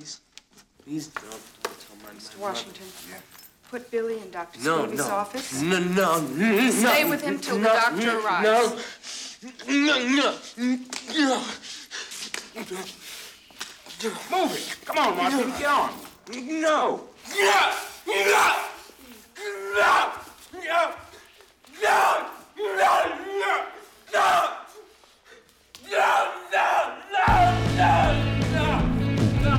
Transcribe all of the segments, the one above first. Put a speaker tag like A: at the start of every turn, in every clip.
A: East, East, oh, don't tell my, my
B: Mr.
A: mother.
B: Washington,
C: Yeah.
B: put Billy in Dr.
A: No,
B: Scobie's
A: no.
B: office.
A: No, no, no.
B: Stay with him till the
A: no,
B: doctor
A: No, no, no, no.
C: Move it. Come on, Watson, get on.
A: No.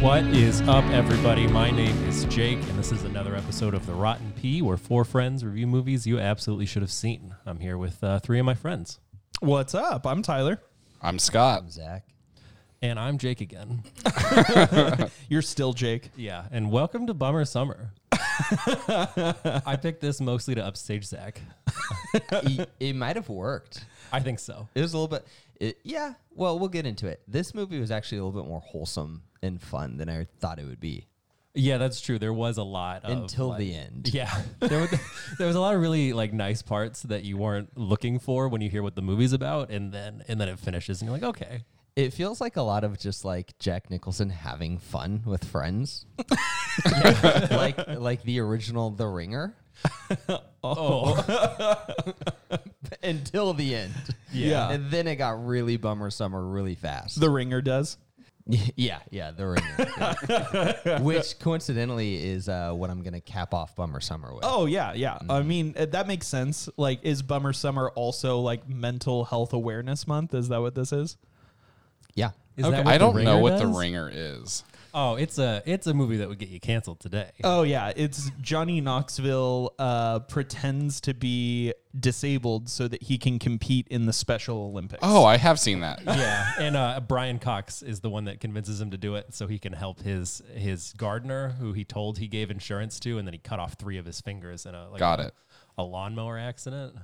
D: What is up, everybody? My name is Jake, and this is another episode of The Rotten P, where four friends review movies you absolutely should have seen. I'm here with uh, three of my friends,
E: What's up? I'm Tyler.
F: I'm Scott.
G: Zach.
D: and I'm Jake again.
E: You're still Jake.
D: Yeah, and welcome to Bummer Summer. I picked this mostly to upstage Zach.
G: it, it might have worked.
D: I think so.
G: It was a little bit. It, yeah. Well, we'll get into it. This movie was actually a little bit more wholesome and fun than I thought it would be
D: Yeah, that's true. There was a lot of,
G: until
D: like-
G: the end.
D: Yeah, there was, there was a lot of really like nice parts that you weren't looking for when you hear what the movie's about, and then and then it finishes, and you're like, okay,
G: It feels like a lot of just like Jack Nicholson having fun with friends, like like the original The Ringer. oh. until the end.
E: Yeah.
G: And then it got really bummer summer really fast.
E: The ringer does.
G: Yeah, yeah, the ringer. yeah. Which coincidentally is uh, what I'm gonna cap off Bummer Summer with.
E: Oh yeah, yeah. I mean, uh, that makes sense. Like, is Bummer Summer also like Mental Health Awareness Month? Is that what this is?
G: yeah.
D: is
E: Okay.
D: that what
F: I
D: The
F: don't know
D: Ringer
F: what the
D: does?
F: ringer is.
D: Oh, it's a it's a movie that would get you canceled today.
E: Oh yeah, it's Johnny Knoxville uh, pretends to be disabled so that he can compete in the Special Olympics.
F: Oh, I have seen that.
D: yeah, and uh, Brian Cox is the one that convinces him to do it so he can help his his gardener who he told he gave insurance to, and then he cut off three of his fingers in a like
F: Got
D: a,
F: it.
D: a lawnmower accident.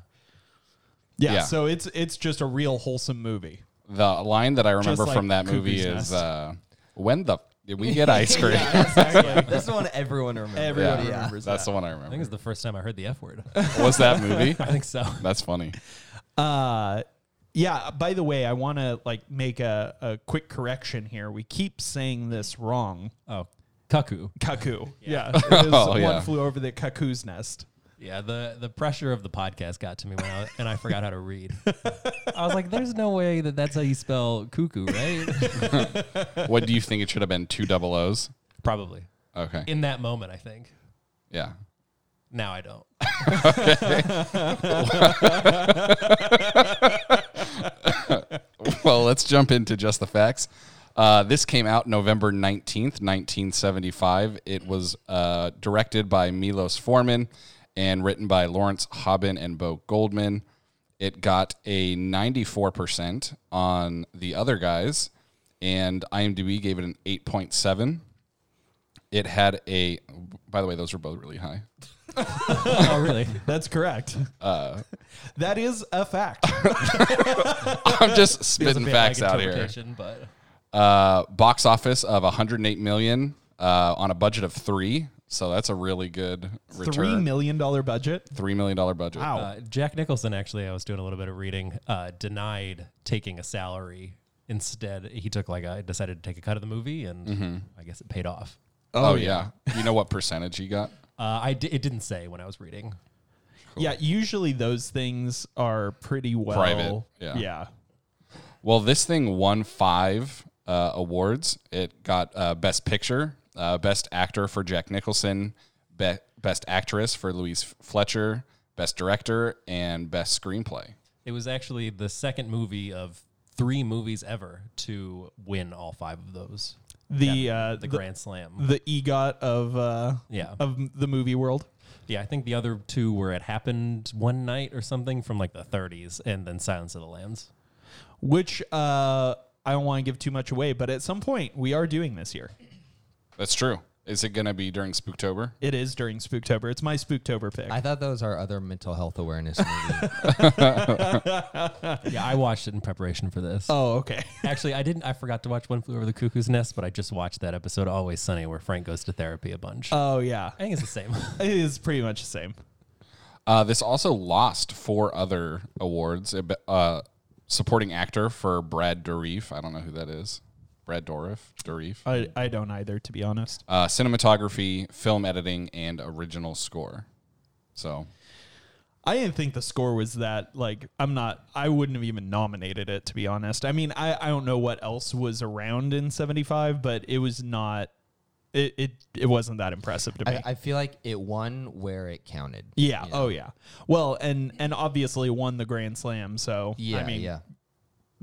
E: yeah,
F: yeah.
E: So it's it's just a real wholesome movie.
F: The line that I remember
E: like
F: from that movie
E: Cuckoo's
F: is
E: Nest.
F: uh, when the f- did we get ice cream?
G: That's the one everyone remembers.
E: Everyone
F: Yeah.
E: remembers
F: That's
E: that.
F: the one I
D: I think
F: remember.
D: it's the first time I heard the F word.
F: Was that movie?
D: I think so.
F: That's funny.
E: Uh, yeah. By the way, I want to like make a, a quick correction here. We keep saying this wrong.
D: Oh, cuckoo.
E: Cuckoo. Yeah. It is
F: Oh,
E: one
F: yeah.
E: flew over the cuckoo's nest.
D: Yeah, the the pressure of the podcast got to me when I, and I forgot how to read. I was like, "There's no way that that's how you spell cuckoo, right?"
F: What do you think it should have been? Two double O's.
D: Probably
F: Okay.
D: in that moment, I think.
F: Yeah.
D: Now I don't.
F: Well, let's jump into just the facts. Uh, this came out November 19th, 1975. It was uh, directed by Milos Forman and written by Lawrence Hobbin and Bo Goldman. It got a 94% on the other guys, and IMDb gave it an 8.7. It had a, by the way, those were both really high.
D: Oh, really?
E: That's correct. Uh, that is a fact.
F: I'm just
D: Feels a
F: spitting
D: bit
F: facts
D: like
F: out here.
D: interpretation, But
F: Uh, box office of 108 million uh, on a budget of three, so that's a really good return.
E: Three million dollar budget.
F: Three million dollar budget.
E: Wow.
D: Uh, Jack Nicholson, actually, I was doing a little bit of reading, uh, denied taking a salary. Instead, he took like a decided to take a cut of the movie, and
F: Mm-hmm.
D: I guess it paid off.
F: Oh, yeah. you know what percentage he got?
D: Uh, I di- it didn't say when I was reading.
E: Yeah. Usually those things are pretty well
F: Private, yeah.
E: Yeah.
F: Well, this thing won five uh, awards. It got uh, best picture, uh, best actor for Jack Nicholson, be- best actress for Louise Fletcher, best director, and best screenplay.
D: It was actually the second movie of three movies ever to win all five of those.
E: The uh,
D: The
E: the,
D: Grand Slam.
E: the egot of uh,
D: Yeah.
E: of the movie world.
D: yeah, I think the other two were It Happened One Night or something from like the 30s, and then Silence of the Lambs.
E: Which uh, I don't want to give too much away, but at some point we are doing this year.
F: That's true. Is it going to be during Spooktober?
E: It is during Spooktober. It's my Spooktober pick.
G: I thought that was our other mental health awareness movie.
D: Yeah, I watched it in preparation for this.
E: oh, okay.
D: Actually, I didn't. I forgot to watch One Flew Over the Cuckoo's Nest, but I just watched that episode Always Sunny where Frank goes to therapy a bunch.
E: Oh, yeah.
D: I think it's the same.
E: It is pretty much the same.
F: Uh, this also lost four other awards. Uh, b- Uh, supporting actor for Brad Dourif. I don't know who that is. Brad Dourif. Dourif.
D: Uh,
E: I, I don't either, to be honest.
F: Uh, cinematography, film editing, and original score. So
E: I didn't think the score was that like I'm not I wouldn't have even nominated it to be honest. I mean I, I don't know what else was around in seventy five, but it was not it, it it wasn't that impressive to me.
G: I, I feel like it won where it counted.
E: yeah, oh yeah. Well and and obviously won the Grand Slam, so
G: Yeah,
E: I mean
G: yeah.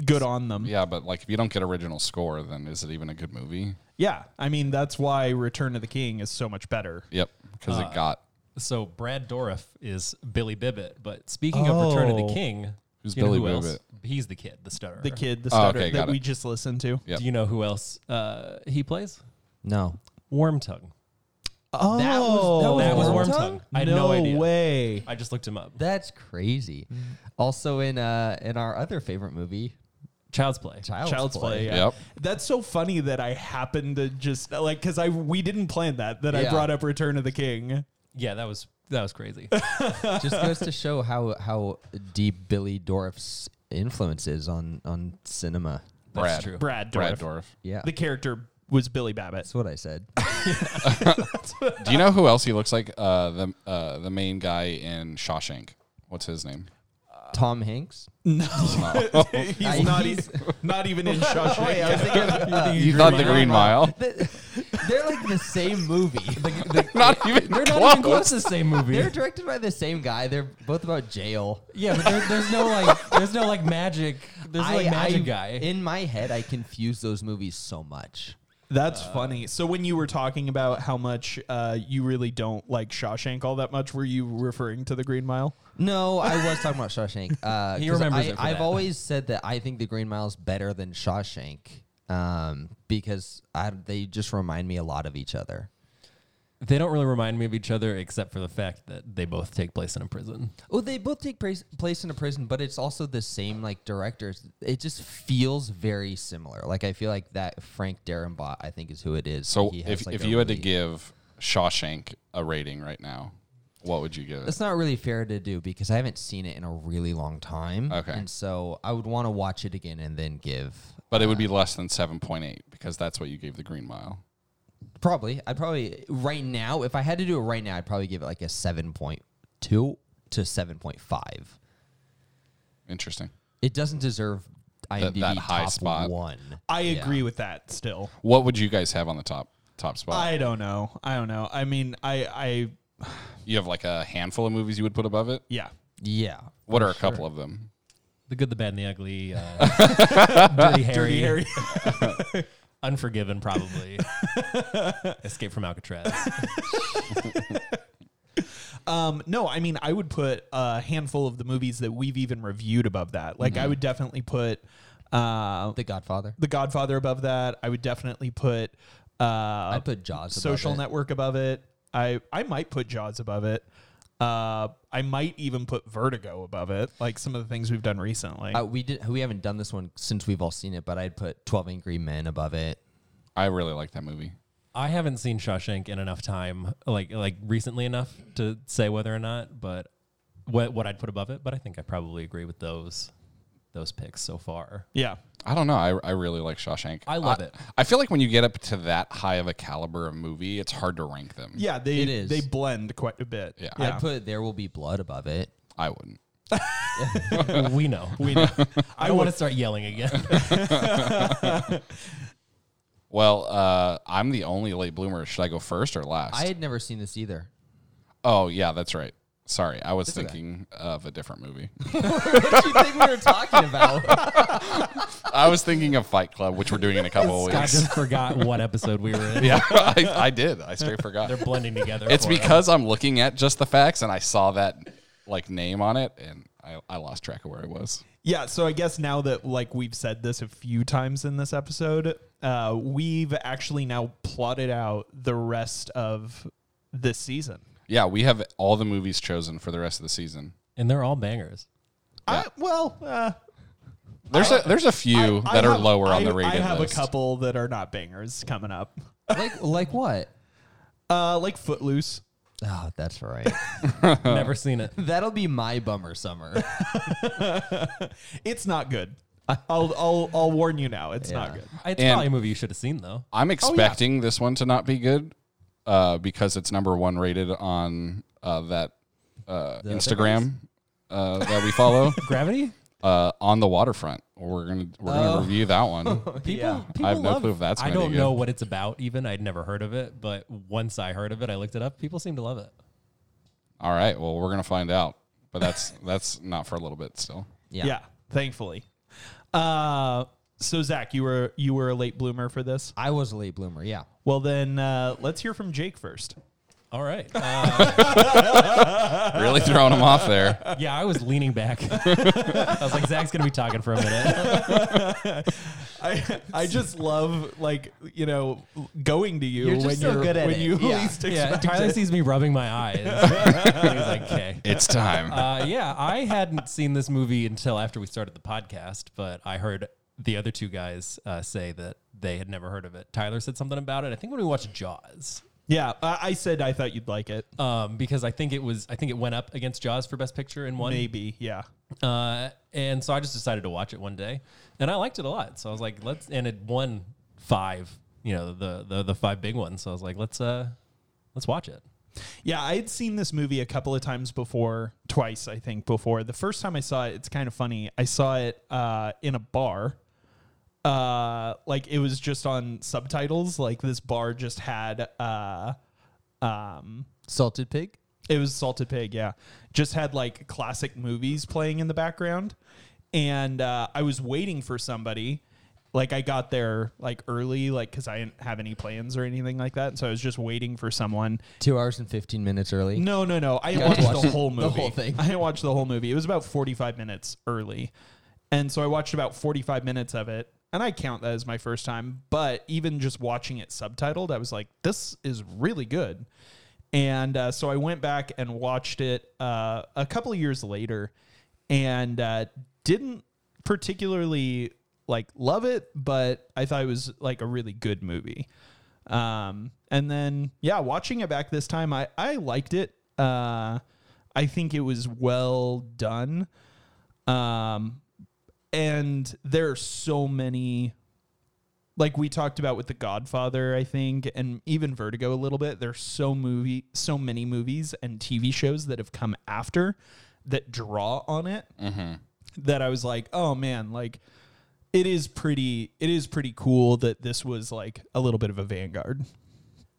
E: good on them.
F: yeah, but like if you don't get original score, then is it even a good movie?
E: Yeah, I mean that's why Return of the King is so much better.
F: Yep, because
D: Uh,
F: it got
D: So Brad Dorff is Billy Bibbit, but speaking of Return of the
E: Oh.
D: King,
F: Who's
D: you know
F: Billy
D: who else?
F: Bibbit?
D: He's the kid, the stutterer.
E: The kid, the
F: Oh,
E: stutter
F: okay,
E: that
F: got it.
E: we just listened to.
F: Yep.
D: Do you know who else uh, he plays?
G: No.
D: Worm Tongue.
E: Oh,
G: That was- that was
D: that was
G: Worm
D: Worm
G: Tongue?
D: Tongue. I had no, idea.
E: way.
D: I just looked him up.
G: That's crazy.
E: Mm-hmm.
G: Also in uh in our other favorite movie,
D: Child's Play.
G: Child's,
E: Child's play. yeah.
F: Yep.
E: That's so funny that I happened to just like because I we didn't plan that that
G: Yeah.
E: I brought up Return of the King.
D: Yeah, that was that was crazy.
G: Just goes to show how how deep Billy Dorff's influence is on on cinema.
F: Brad.
D: That's true.
E: Brad
F: Brad
E: Dorff.
F: Dorff.
G: Yeah.
E: The character was Billy Babbitt.
G: That's what I said.
F: Do you know who else he looks like? Uh, the uh, the main guy in Shawshank. What's his name?
G: Tom Hanks.
E: He's
G: I-
E: not
G: he's-
E: e- not even in Shawshank.
F: You thought the Green Mile?
G: They're like the same movie.
F: Not even
G: they're
F: close.
G: not even close to the same
D: movie.
G: They're directed by the same guy. They're both about jail.
D: Yeah, but there, there's no like, there's no like magic. There's no, like
G: I-
D: magic
G: I-
D: guy.
G: In my head, I confuse those movies so much.
E: That's
F: Uh,
E: funny. So when you were talking about how much uh, you really don't like Shawshank all that much, were you referring to the Green Mile?
G: No, I was talking about Shawshank. Uh,
D: He
G: 'cause
D: remembers
G: I,
D: it for
G: I've
D: that.
G: always said that I think The Green Mile is better than Shawshank um, because I, they just remind me a lot of each other.
D: they don't really remind me of each other except for the fact that they both take place in a prison.
G: Oh, they both take place, place in a prison, but it's also the same like directors. It just feels very similar. Like I feel like that Frank Darabont, I think, is who it is.
F: So
G: He has,
F: if
G: like,
F: if
G: a
F: you had to
G: really-
F: give Shawshank a rating right now, what would you give it?
G: That's not really fair to do because I haven't seen it in a really long time.
F: Okay.
G: And so I would want to watch it again and then give.
F: But it would be less than seven point eight because that's what you gave the Green Mile.
G: Probably. I'd probably, right now, if I had to do it right now, I'd probably give it like a 7.2 to 7.5.
F: Interesting.
G: It doesn't deserve IMDb
F: that high
G: top
F: spot.
G: one.
E: I
G: Yeah.
E: agree with that still.
F: What would you guys have on the top top spot?
E: I don't know. I don't know. I mean, I I
F: you have like a handful of movies you would put above it.
E: yeah.
G: Yeah.
F: What are a couple of them?
D: The Good, the Bad, and the Ugly. Uh, Dirty, Harry,
E: Dirty Harry.
D: Unforgiven, probably. Escape from Alcatraz.
E: Um, no, I mean, I would put a handful of the movies that we've even reviewed above that. Like,
G: Mm-hmm.
E: I would definitely put uh,
G: The Godfather.
E: The Godfather above that. I would definitely put
G: I
E: uh,
G: put Jaws. above
E: Social
G: it.
E: Network above it. I, I might put Jaws above it. Uh, I might even put Vertigo above it, like some of the things we've done recently.
G: Uh, we did. We haven't done this one since we've all seen it, but I'd put Twelve Angry Men above it.
F: I really like that movie.
D: I haven't seen Shawshank in enough time, like like recently enough to say whether or not, but what what I'd put above it. But I think I probably agree with those those picks so far.
E: yeah.
F: I don't know. I, I really like Shawshank.
D: I love it.
F: I feel like when you get up to that high of a caliber of movie, it's hard to rank them.
E: Yeah, they
G: It is.
E: they blend quite a bit.
F: Yeah.
G: I'd put There Will Be Blood above it.
F: I wouldn't.
D: we know, we know. I don't want to start yelling again.
F: Well, uh, I'm the only late bloomer. Should I go first or last?
G: I had never seen this either.
F: oh yeah, that's right. Sorry, I was thinking of a different movie.
G: What do you think we were talking about?
F: I was thinking of Fight Club, which we're doing in a couple of
D: I
F: weeks.
D: just forgot what episode we were in.
F: Yeah, I, I did. I straight forgot.
D: They're blending together.
F: It's
D: for us.
F: because I'm looking at just the facts and I saw that like name on it and I, I lost track of where I was.
E: Yeah, so I guess now that like we've said this a few times in this episode, uh, we've actually now plotted out the rest of this season.
F: Yeah, we have all the movies chosen for the rest of the season.
D: and they're all bangers.
E: I, well, uh,
F: There's a there's a few
E: I
F: that are
E: have-
F: lower on
E: I-
F: the rated
E: I have
F: list.
E: a couple that are not bangers coming up,
G: like, like what?
E: uh, like Footloose.
G: Oh, that's right.
D: Never seen it.
G: That'll be my bummer summer.
E: It's not good. I'll I'll I'll warn you now. It's not
G: Yeah.
E: good.
D: It's
F: And-
D: probably a movie you should have seen though.
F: I'm expecting this one to not be good uh, because it's number one rated on uh, that uh,
G: The-
F: Instagram uh, that we follow
D: Gravity.
F: uh, on the waterfront. We're gonna we're gonna review that one.
D: People,
E: Yeah.
D: people
F: Oh. I have no
D: love-
F: clue if that's
D: I
F: gonna be
D: don't know
F: good.
D: what it's about. Even I'd never heard of it, but once I heard of it, I looked it up. People seem to love it.
F: All right, well we're gonna find out, but that's that's not for a little bit still.
G: Yeah.
E: yeah thankfully. Uh, so Zach, you were you were a late bloomer for this.
G: I was a late bloomer. Yeah.
E: Well, then uh, let's hear from Jake first.
D: All right. Uh,
F: Really throwing them off there.
D: yeah, I was leaning back. I was like, Zach's gonna be talking for a minute.
E: I I just love like you know going to you
G: You're just
E: when
G: so
E: you're
G: good at
E: when
G: it.
E: you
G: Yeah.
E: least
D: Yeah,
E: expect
D: Tyler
E: it.
D: sees me rubbing my eyes. He's like, okay.
F: It's time.
D: Uh, yeah, I hadn't seen this movie until after we started the podcast, but I heard the other two guys uh, say that they had never heard of it. Tyler said something about it. I think when we watched Jaws,
E: Yeah, I, I said I thought you'd like it.
D: um, because I think it was, I think it went up against Jaws for Best Picture in one.
E: Maybe, yeah.
D: Uh, and so I just decided to watch it one day, and I liked it a lot. So I was like, let's. And it won five, you know, the the, the five big ones. So I was like, let's uh, let's watch it.
E: Yeah, I had seen this movie a couple of times before, twice I think before. The first time I saw it, it's kind of funny. I saw it uh, in a bar. Uh, like it was just on subtitles. Like this bar just had uh, um,
G: Salted pig.
E: It was Salted Pig, yeah. Just had like classic movies playing in the background. And uh, I was waiting for somebody. Like I got there like early, like because I didn't have any plans or anything like that. So I was just waiting for someone.
G: Two hours and fifteen minutes early.
E: No, no, no. I didn't
G: Yeah,
E: watch
G: watch
E: the whole movie.
G: the whole thing.
E: I didn't watch the whole movie. It was about 45 minutes early. And so I watched about 45 minutes of it. And I count that as my first time. But even just watching it subtitled, I was like, this is really good. And uh, so I went back and watched it uh, a couple of years later and uh, didn't particularly like love it, but I thought it was like a really good movie. Um, and then yeah, watching it back this time, I I liked it. Uh, I think it was well done. Um, and there are so many, like we talked about with The Godfather, I think, and even Vertigo a little bit. There's so movie, so many movies and TV shows that have come after that draw on it. That I was like, oh man, like it is pretty it is pretty cool that this was like a little bit of a vanguard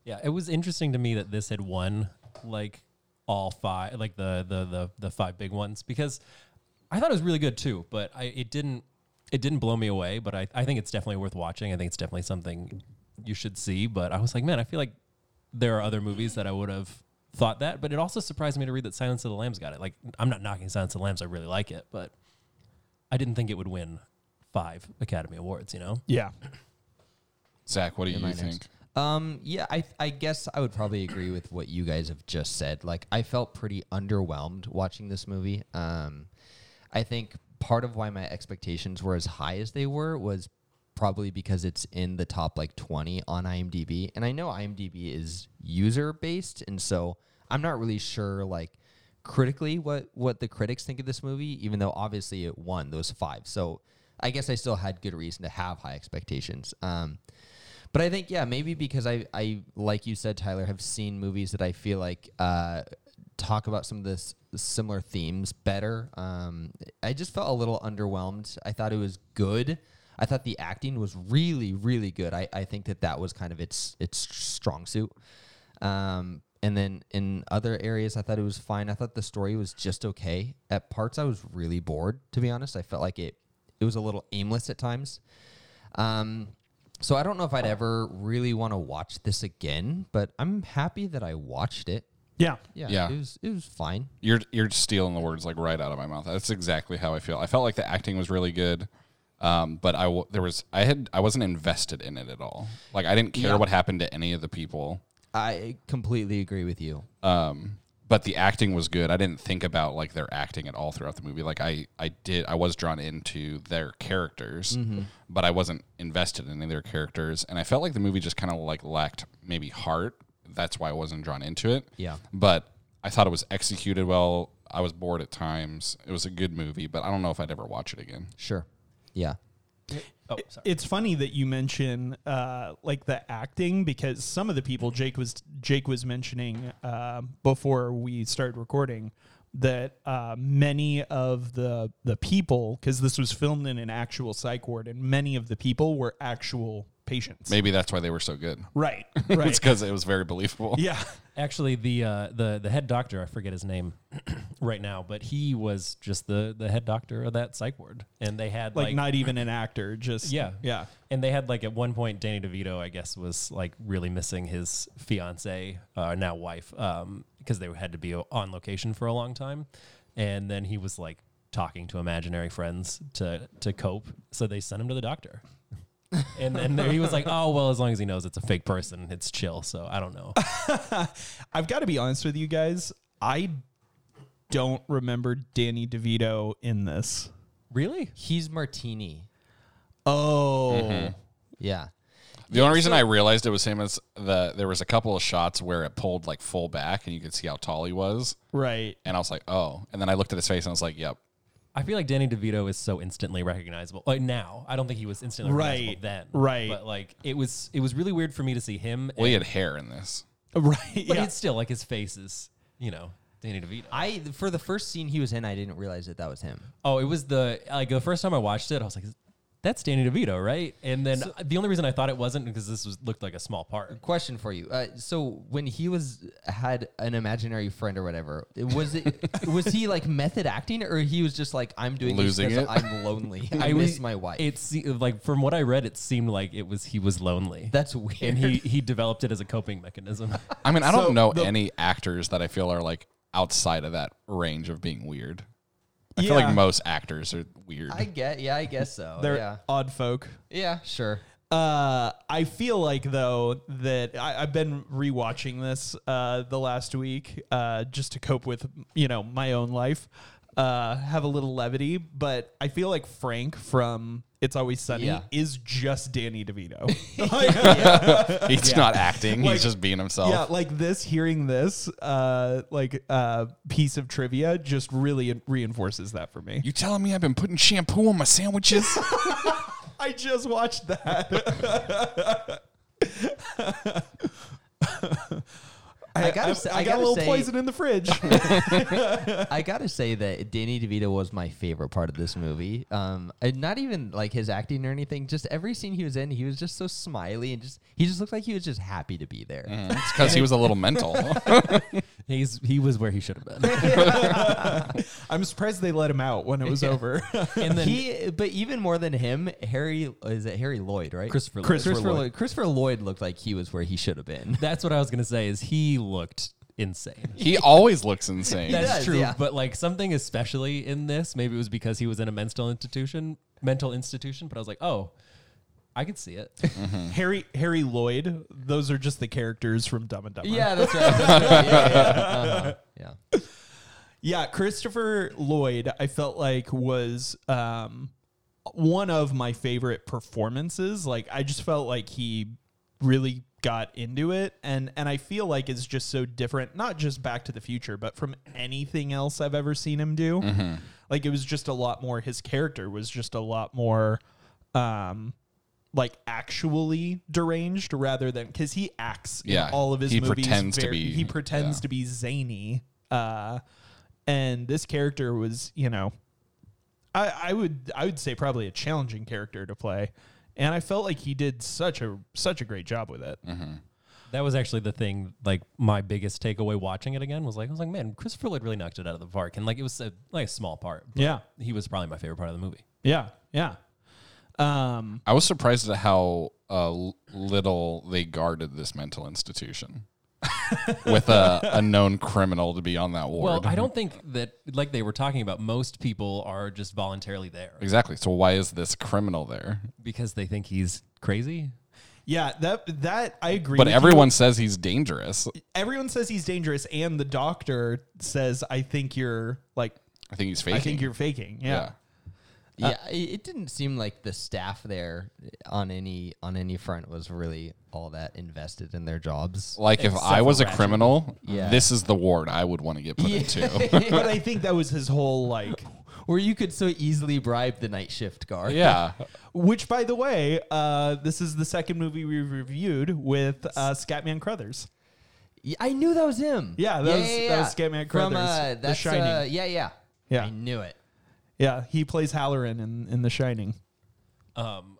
D: Yeah, it was interesting to me that this had won like all five, like the the the the five big ones, because I thought it was really good too. But I it didn't it didn't blow me away. But I I think it's definitely worth watching. I think it's definitely something you should see. But I was like, man, I feel like there are other movies that I would have thought that. But it also surprised me to read that Silence of the Lambs got it. Like I'm not knocking Silence of the Lambs, I really like it, but I didn't think it would win five Academy Awards. You know.
E: yeah
F: Zach, what do you think?
G: Um, yeah, I I guess I would probably agree with what you guys have just said. Like I felt pretty underwhelmed watching this movie. Um I think part of why my expectations were as high as they were was probably because it's in the top like 20 on IMDb and I know IMDb is user based and so I'm not really sure like critically what what the critics think of this movie even though obviously it won those 5. So I guess I still had good reason to have high expectations. Um but I think yeah, maybe because I I like you said, Tyler, have seen movies that I feel like uh, talk about some of this similar themes better. Um, I just felt a little underwhelmed. I thought it was good. I thought the acting was really really good. I, I think that that was kind of its its strong suit. Um, and then in other areas, I thought it was fine. I thought the story was just okay. At parts, I was really bored. To be honest, I felt like it it was a little aimless at times. Um, so I don't know if I'd ever really want to watch this again, but I'm happy that I watched it.
E: yeah
G: Yeah,
F: Yeah.
G: it was it was fine.
F: You're you're stealing the words like right out of my mouth. That's exactly how I feel. I felt like the acting was really good, um, but I w- there was I had I wasn't invested in it at all. Like I didn't care what happened to any of the people.
G: I completely agree with you.
F: Um, but the acting was good. I didn't think about like their acting at all throughout the movie. Like I I did I was drawn into their characters,
E: Mm-hmm.
F: but I wasn't invested in any of their characters, and I felt like the movie just kind of like lacked maybe heart. That's why I wasn't drawn into it.
G: Yeah.
F: but I thought it was executed well. I was bored at times. It was a good movie, but I don't know if I'd ever watch it again.
G: Sure. Yeah.
D: Oh, sorry.
E: It's funny that you mention uh, like the acting because some of the people Jake was Jake was mentioning uh, before we started recording that uh, many of the the people because this was filmed in an actual psych ward and many of the people were actual patients.
F: Maybe that's why they were so good.
E: Right.
F: it's
E: Right.
F: because it was very believable.
E: yeah.
D: Actually, the uh, the the head doctor, I forget his name right now, but he was just the the head doctor of that psych ward, and they had
E: Like,
D: like,
E: not even an actor. Just
D: yeah
E: Yeah.
D: and they had like at one point Danny DeVito, I guess, was like really missing his fiance, uh, now wife, um, because they had to be on location for a long time, and then he was like talking to imaginary friends to to cope, so they sent him to the doctor. and then there he was like, "Oh well, as long as he knows it's a fake person, it's chill." So I don't know.
E: I've got to be honest with you guys. I don't remember Danny DeVito in this.
D: really?
G: He's Martini.
E: Oh.
G: Yeah.
F: The only reason I realized it was him is the there was a couple of shots where it pulled like full back and you could see how tall he was.
E: Right.
F: And I was like, oh. And then I looked at his face and I was like, yep.
D: I feel like Danny DeVito is so instantly recognizable. Like now, I don't think he was instantly
E: Right,
D: recognizable then.
E: right.
D: But like it was, it was really weird for me to see him.
F: Well, he had hair in this.
E: Right.
D: but
E: yeah.
D: it's still like his face is, you know, Danny DeVito.
G: I for the first scene he was in, I didn't realize that that was him.
D: Oh, it was the like the first time I watched it, I was like, "That's Danny DeVito, right?" And then the only reason I thought it wasn't because this was looked like a small part.
G: Question for you. Uh, so when he was had an imaginary friend or whatever, it- was it was he like method acting or he was just like I'm doing
F: Losing
G: this
F: it?
G: because I'm lonely. I,
D: It
G: miss
D: was-
G: my wife.
D: It se- like from what I read, it seemed like it was he was lonely.
G: That's weird.
D: and he he developed it as a coping mechanism.
F: I mean, I don't
E: So
F: know
E: the-
F: any actors that I feel are like outside of that range of being weird. I feel like
E: Yeah.
F: most actors are weird.
G: I get. Yeah, I guess so.
E: They're
G: yeah.
E: odd folk.
G: Yeah, sure.
E: Uh, I feel like though that I, I've been rewatching this uh, the last week uh, just to cope with you know my own life, uh, have a little levity. But I feel like Frank from It's Always Sunny
G: Yeah.
E: is just Danny DeVito.
F: he's not acting.
E: Like-
F: he's just being himself.
E: yeah, like this. Hearing this, uh, like uh, piece of trivia, just really reinforces that for me.
F: You telling me I've been putting shampoo on my sandwiches?
E: I just watched that.
G: I, gotta.
E: I've-
G: say,
E: I,
G: I
E: got a
G: gotta
E: little
G: say,
E: poison in the fridge.
G: I gotta say that Danny DeVito was my favorite part of this movie. Um, and not even like his acting or anything. Just every scene he was in, he was just so smiley and just he just looked like he was just happy to be there.
F: it's because he was a little mental.
D: He's he was where he should have been.
E: I'm surprised they let him out when it was over.
D: And then
G: he, but even more than him, Harry is it Harry Lloyd, right?
D: Christopher Lloyd.
E: Christopher
G: Christopher
E: Lloyd.
G: Lloyd. Christopher Lloyd looked like he was where he should have been.
D: that's what I was gonna say is he looked insane.
F: he always looks insane.
D: That's
G: does,
D: true,
G: yeah.
D: but like something especially in this, maybe it was because he was in a mental institution, mental institution. But I was like, oh, I could see it.
E: Harry Harry Lloyd. Those are just the characters from Dumb and Dumber.
G: yeah, that's right. that's right. Yeah, yeah, yeah. Uh-huh. Yeah.
E: yeah. Christopher Lloyd, I felt like was um, one of my favorite performances. Like I just felt like he really got into it, and and I feel like it's just so different, not just Back to the Future, but from anything else I've ever seen him do.
F: Mm-hmm.
E: Like it was just a lot more. His character was just a lot more. Um, like actually deranged rather than because he acts
F: Yeah,
E: in all of his
F: he
E: movies
F: pretends to be-
E: he pretends
F: yeah.
E: to be zany uh and this character was you know I, I would I would say probably a challenging character to play, and I felt like he did such a such a great job with it.
F: Mm-hmm.
D: That was actually the thing. Like my biggest takeaway watching it again was like I was like, man, Christopher Lloyd really knocked it out of the park, and like it was a, like a small part. but
E: Yeah,
D: he was probably my favorite part of the movie.
E: yeah, yeah. Um,
F: I was surprised at how uh, l- little they guarded this mental institution with a, a known criminal to be on that ward.
D: Well, I don't think that like they were talking about. Most people are just voluntarily there
F: Exactly. So why is this criminal there?
D: because they think he's crazy.
E: yeah, that that I agree.
F: But
E: with you.
F: everyone says he's dangerous.
E: everyone says he's dangerous, and the doctor says, "I think you're like,
F: I think he's faking.
E: I think you're faking." Yeah, Uh,
G: Yeah, i- it didn't seem like the staff there on any on any front was really all that invested in their jobs.
F: Like if I
E: for
F: was a
E: Ratchet.
F: criminal,
G: Yeah.
F: this is the ward I would want to get put into.
E: but I think that was his whole like.
G: where you could so easily bribe the night shift guard.
F: Yeah.
E: Which, by the way, uh, this is the second movie we reviewed with uh, Scatman Crothers.
G: Yeah, I knew that was him.
E: Yeah, that was- that was Scatman
G: From,
E: Crothers,
G: uh,
E: The
G: that's,
E: Shining.
G: uh, yeah, yeah,
E: Yeah.
G: I knew it.
E: Yeah, he plays Halloran in, in The Shining.
D: Um,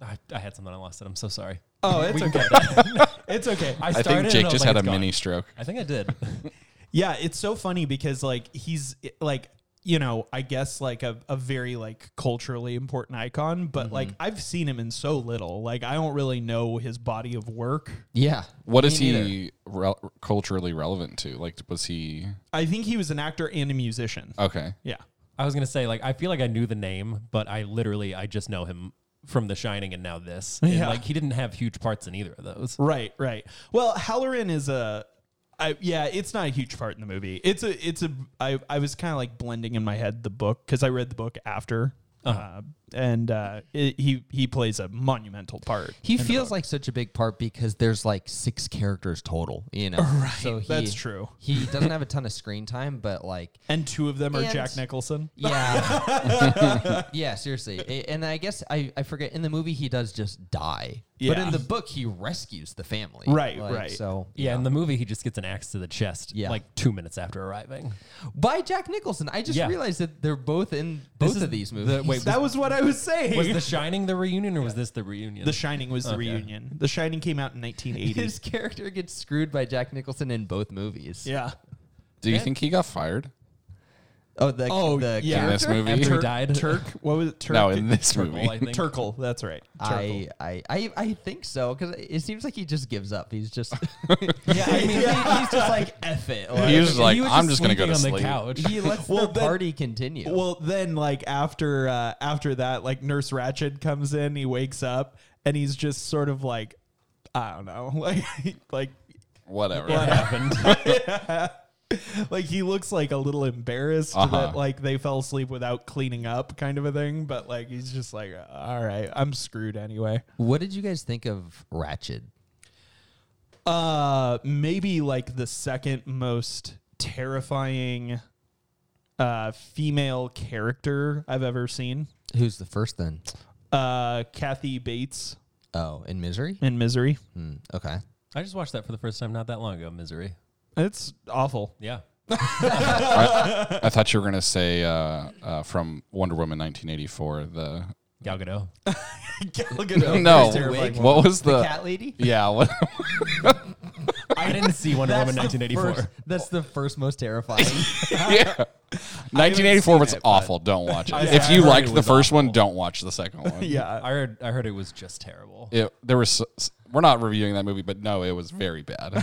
D: I, I had something I lost it. I'm so sorry.
E: Oh, it's okay. it's okay.
F: I
D: started
F: think
D: and
F: Jake
D: was
F: just
D: like,
F: had a
D: "It's gone."
F: mini stroke.
D: I think I did.
E: Yeah, it's so funny because like he's like you know I guess like a, a very like culturally important icon, but like
G: Mm-hmm.
E: I've seen him in so little, like I don't really know his body of work.
G: Yeah.
F: What is
G: me neither.
F: he rel- culturally relevant to? Like, was he
E: I think he was an actor and a musician.
G: Oh.
F: okay?
E: yeah,
D: I was gonna say like I feel like I knew the name, but I literally I just know him from The Shining and now this. And,
E: Yeah.
D: Like he didn't have huge parts in either of those.
E: right, right. Well, Halloran is a. I, yeah, it's not a huge part in the movie. It's a, it's a. I, I was kind of like blending in my head the book because I read the book after,
G: Uh-huh.
E: uh, and uh, it, he he plays a monumental part.
G: He
E: uh,
G: feels like such a big part because there's like six characters total, you know. Right. So he,
E: that's true.
G: He doesn't have a ton of screen time, but like
E: and two of them are
G: And-
E: Jack Nicholson.
G: yeah. yeah, seriously. A- And I guess I, I forget in the movie he does just die. But
E: Yeah.
G: in the book he rescues the family.
E: Right,
G: Like,
E: right.
G: So
D: Yeah, in the movie he just gets an axe to the chest
G: Yeah.
D: like two minutes after arriving.
G: by Jack Nicholson. I just
D: Yeah.
G: realized that they're both in both
D: is
G: of these
D: the-
G: movies.
D: wait,
E: That was what I was saying.
D: Was The Shining the reunion or was this the reunion?
E: the Shining was the reunion. The Shining came out in 1980.
G: his character gets screwed by Jack Nicholson in both movies.
E: yeah.
F: Do you think he got fired?
G: Oh, the
E: Oh,
G: the
E: yeah.
F: In this
G: character?
F: movie?
D: after he
E: Turk,
D: died.
E: Turk. What was it? Turk?
F: No, in this movie.
D: I think.
E: Turkle. That's right. Turkle.
G: I, I, I, I think so because it seems like he just gives up. He's just
D: Yeah, I mean,
G: he- he's just like F it. Like,
F: He was like,
D: was
F: "I'm just gonna go to
D: sleeping
F: sleep."
D: on the couch.
G: he lets
E: Well,
G: the
E: then-
G: party continue.
E: Well, then, like after uh, after that, like Nurse Ratchet comes in. He wakes up and he's just sort of like, I don't know, like like
F: Whatever.
D: happened.
E: like he looks like a little embarrassed
F: Uh-huh.
E: that like they fell asleep without cleaning up, kind of a thing. But like he's just like, all right, I'm screwed anyway.
G: what did you guys think of Ratchet?
E: Uh, maybe like the second most terrifying uh female character I've ever seen.
G: Who's the first then?
E: Uh, Kathy Bates
G: Oh, in Misery.
E: in Misery.
G: Hmm, okay.
D: I just watched that for the first time not that long ago, Misery.
E: It's awful.
D: Yeah.
F: I thought you were gonna say uh, uh, from Wonder Woman 1984. The
D: Gal Gadot.
F: no,
G: Wig?
F: what was the,
G: Cat Lady.
F: yeah? What,
D: I didn't see Wonder Woman
G: The
D: 1984.
G: first, that's the first most terrifying.
F: yeah. 1984 was awful. Don't watch it. if you
D: heard it
F: liked the
D: was
F: first one, don't watch the second one.
E: Yeah.
D: I heard I heard it was just terrible.
F: It, there was. s- We're not reviewing that movie, but no, it was very bad.